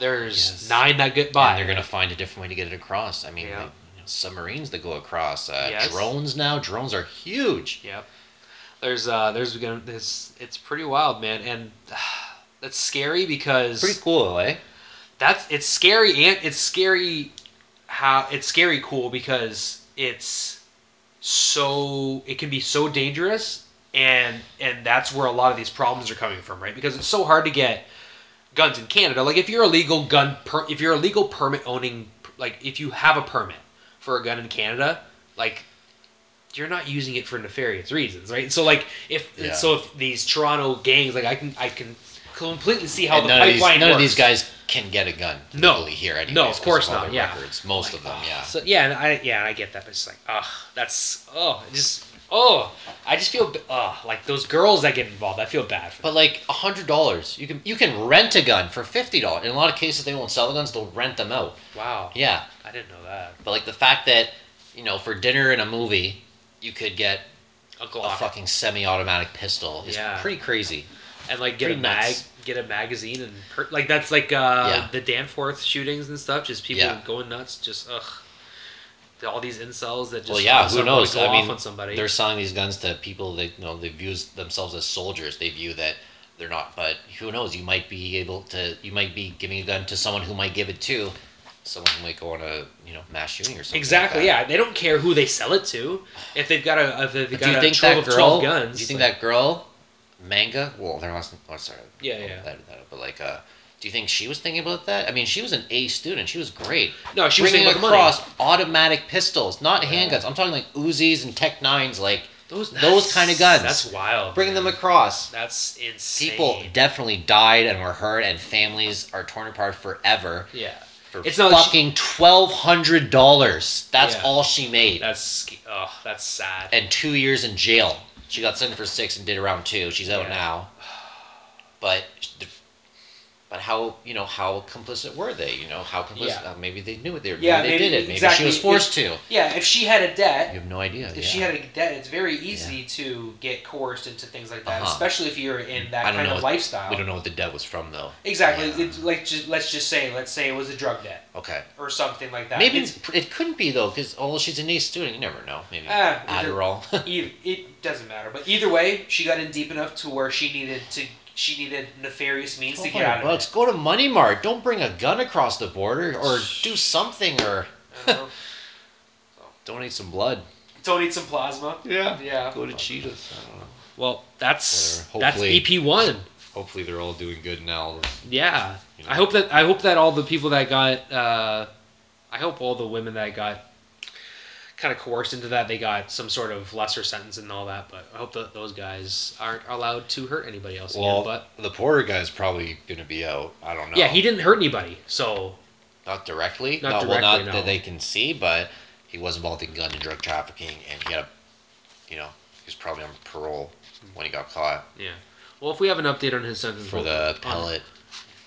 A: there's
B: Yes.
A: nine that get
B: And
A: by
B: they're going to find a different way to get it across. I mean,
A: Yeah.
B: like, you know, submarines that go across, uh,
A: Yes.
B: drones now. Drones are huge.
A: yep there's uh there's gonna it's it's pretty wild man and (sighs) uh, that's scary because
B: Pretty cool, eh?
A: that's it's scary and it's scary how it's scary cool because it's so it can be so dangerous and and that's where a lot of these problems are coming from right because it's so hard to get guns in Canada like if you're a legal gun per, if you're a legal permit owning like if you have a permit for a gun in Canada like you're not using it for nefarious reasons right so like if
B: Yeah.
A: so if these Toronto gangs like I can I can completely see how
B: And
A: the
B: none, of
A: pipeline
B: these, none
A: works
B: of these guys can get a gun
A: No.
B: legally here anyways.
A: No, of
B: 'cause
A: course
B: all
A: not,
B: their
A: yeah.
B: Records, most of them,
A: Ugh.
B: yeah.
A: So yeah, and I yeah, I get that, but it's like, ugh, that's oh, it just oh, I just feel oh, like those girls that get involved. I feel bad for. Them.
B: But like a hundred dollars, you can you can rent a gun for fifty dollars. In a lot of cases, they won't sell the guns; they'll rent them out.
A: Wow,
B: Yeah,
A: I didn't know that.
B: but like the fact that you know for dinner and a movie, you could get
A: A
B: a
A: Glock
B: fucking semi-automatic pistol is
A: Yeah.
B: pretty crazy.
A: and like get a
B: pretty
A: mag,
B: nuts.
A: get a magazine, and per- like that's like uh,
B: Yeah.
A: the Danforth shootings and stuff. Just people
B: Yeah.
A: going nuts. Just ugh, all these incels that just
B: Well, yeah, who
A: someone
B: knows?
A: go
B: I
A: off
B: mean,
A: on somebody.
B: they're selling these guns to people that you know they view themselves as soldiers. They view that they're not, but who knows? You might be able to. You might be giving a gun to someone who might give it to someone who might go on a you know mass shooting or something. like
A: Exactly.
B: that.
A: yeah, they don't care who they sell it to. If they've got a, if they've
B: But
A: got
B: do you
A: a
B: think
A: trove
B: that
A: of
B: girl?
A: twelve guns.
B: do you think
A: like-
B: that girl, Manga? Well, their last. Oh, sorry.
A: Yeah,
B: I'll
A: yeah.
B: edit that out, but like, uh, do you think she was thinking about that? I mean, she was an A student. She was great.
A: No, she was
B: Bringing
A: thinking about the money.
B: across automatic pistols, not handguns. I'm talking like Uzis and Tech Nines, like
A: Those
B: those kind of guns.
A: That's wild.
B: bringing them
A: man.
B: across.
A: That's insane.
B: People definitely died and were hurt, and families are torn apart forever
A: Yeah.
B: for
A: It's not like she-
B: fucking twelve hundred dollars. That's
A: Yeah.
B: all she made,
A: That's sc- oh, that's sad.
B: and two years in jail. She got sentenced for six and did around two. She's out
A: Yeah.
B: now. But, but how you know how complicit were they? You know how complicit?
A: Yeah.
B: Uh, maybe they knew what they were.
C: Yeah,
B: maybe they
C: maybe-
B: did it. Maybe
C: exactly.
B: she was forced to. You
C: Yeah, if she had a debt,
B: have no idea.
C: if
B: yeah.
C: she had a debt, it's very easy to get coerced into things like that,
B: Uh-huh.
C: especially if you're in that
B: I don't
C: kind
B: know
C: of
B: what-
C: lifestyle.
B: we don't know what the debt was from though.
C: Exactly.
B: Yeah.
C: It's like just, let's just say, let's say it was a drug debt
B: Okay.
C: or something like that.
B: Maybe
C: it's,
B: it's, it couldn't be though, because although she's an A student, you never know. Maybe
C: Ah, it-
B: Adderall. (laughs)
C: either, it doesn't matter. But either way, she got in deep enough to where she needed to she needed nefarious means to get out of
B: Oh, bucks.
C: it.
B: Go to Money Mart. Don't bring a gun across the border, or do something, or
C: I don't know.
B: donate some blood.
C: Don't eat some plasma.
B: Yeah.
C: Yeah.
B: Go to Cheetahs. I don't know.
A: Well, that's
B: Whatever.
A: that's
B: Hopefully-
A: EP one.
B: Hopefully they're all doing good now.
A: Yeah.
B: You
A: I
B: know.
A: hope that I hope that all the people that got uh, I hope all the women that got kind of coerced into that they got some sort of lesser sentence and all that. But I hope that those guys aren't allowed to hurt anybody else. again, but
B: the Porter guy's probably gonna be out. I don't know.
A: yeah, he didn't hurt anybody, so
B: not directly.
A: Not
B: no, well, not
A: directly, no.
B: that they can see, but he was involved in gun and drug trafficking, and he had, a, you know, he was probably on parole when he got caught
A: Yeah. Well, if we have an update on his sentence
B: for
A: we'll-
B: the
A: on-
B: pellet.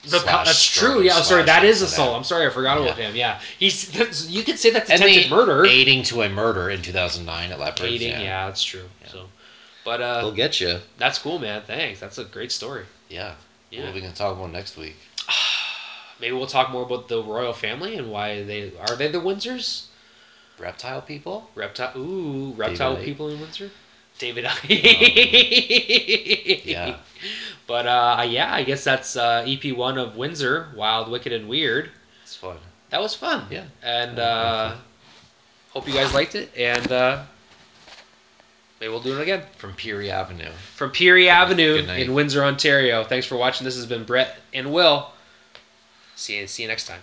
A: The
B: slash
A: pal- that's true.
B: stroke
A: Yeah, I'm sorry.
B: slash
A: That is
B: whatever.
A: assault. I'm sorry. I forgot about
B: Yeah.
A: him. Yeah, he's. (laughs) That's, you could say that's
B: And
A: attempted
B: the
A: murder.
B: aiding to a murder in 2009 at Leopards.
A: Aiding,
B: yeah.
A: yeah. that's true. So, but uh,
B: They'll get you.
A: that's cool, man. Thanks. That's a great story.
B: Yeah.
A: Yeah.
B: What are we gonna talk about next week?
A: Maybe we'll talk more about the royal family and why they are they the Windsors. (laughs)
B: Reptile people.
A: Reptile. Ooh, reptile
B: Icke.
A: people in Windsor. David. (laughs) Icke.
B: Yeah.
A: But uh, yeah, I guess that's uh, EP one of Windsor, Wild, Wicked, and Weird.
B: It's fun.
A: That was fun.
B: Yeah.
A: And
B: Yeah, that was
A: uh, hope you guys liked it. And uh, maybe we'll do it again.
B: From Peary Avenue.
A: From Peary Avenue
B: Good night.
A: in Windsor, Ontario. Thanks for watching. This has been Brett and Will. See you, see you next time.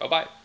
A: Bye bye.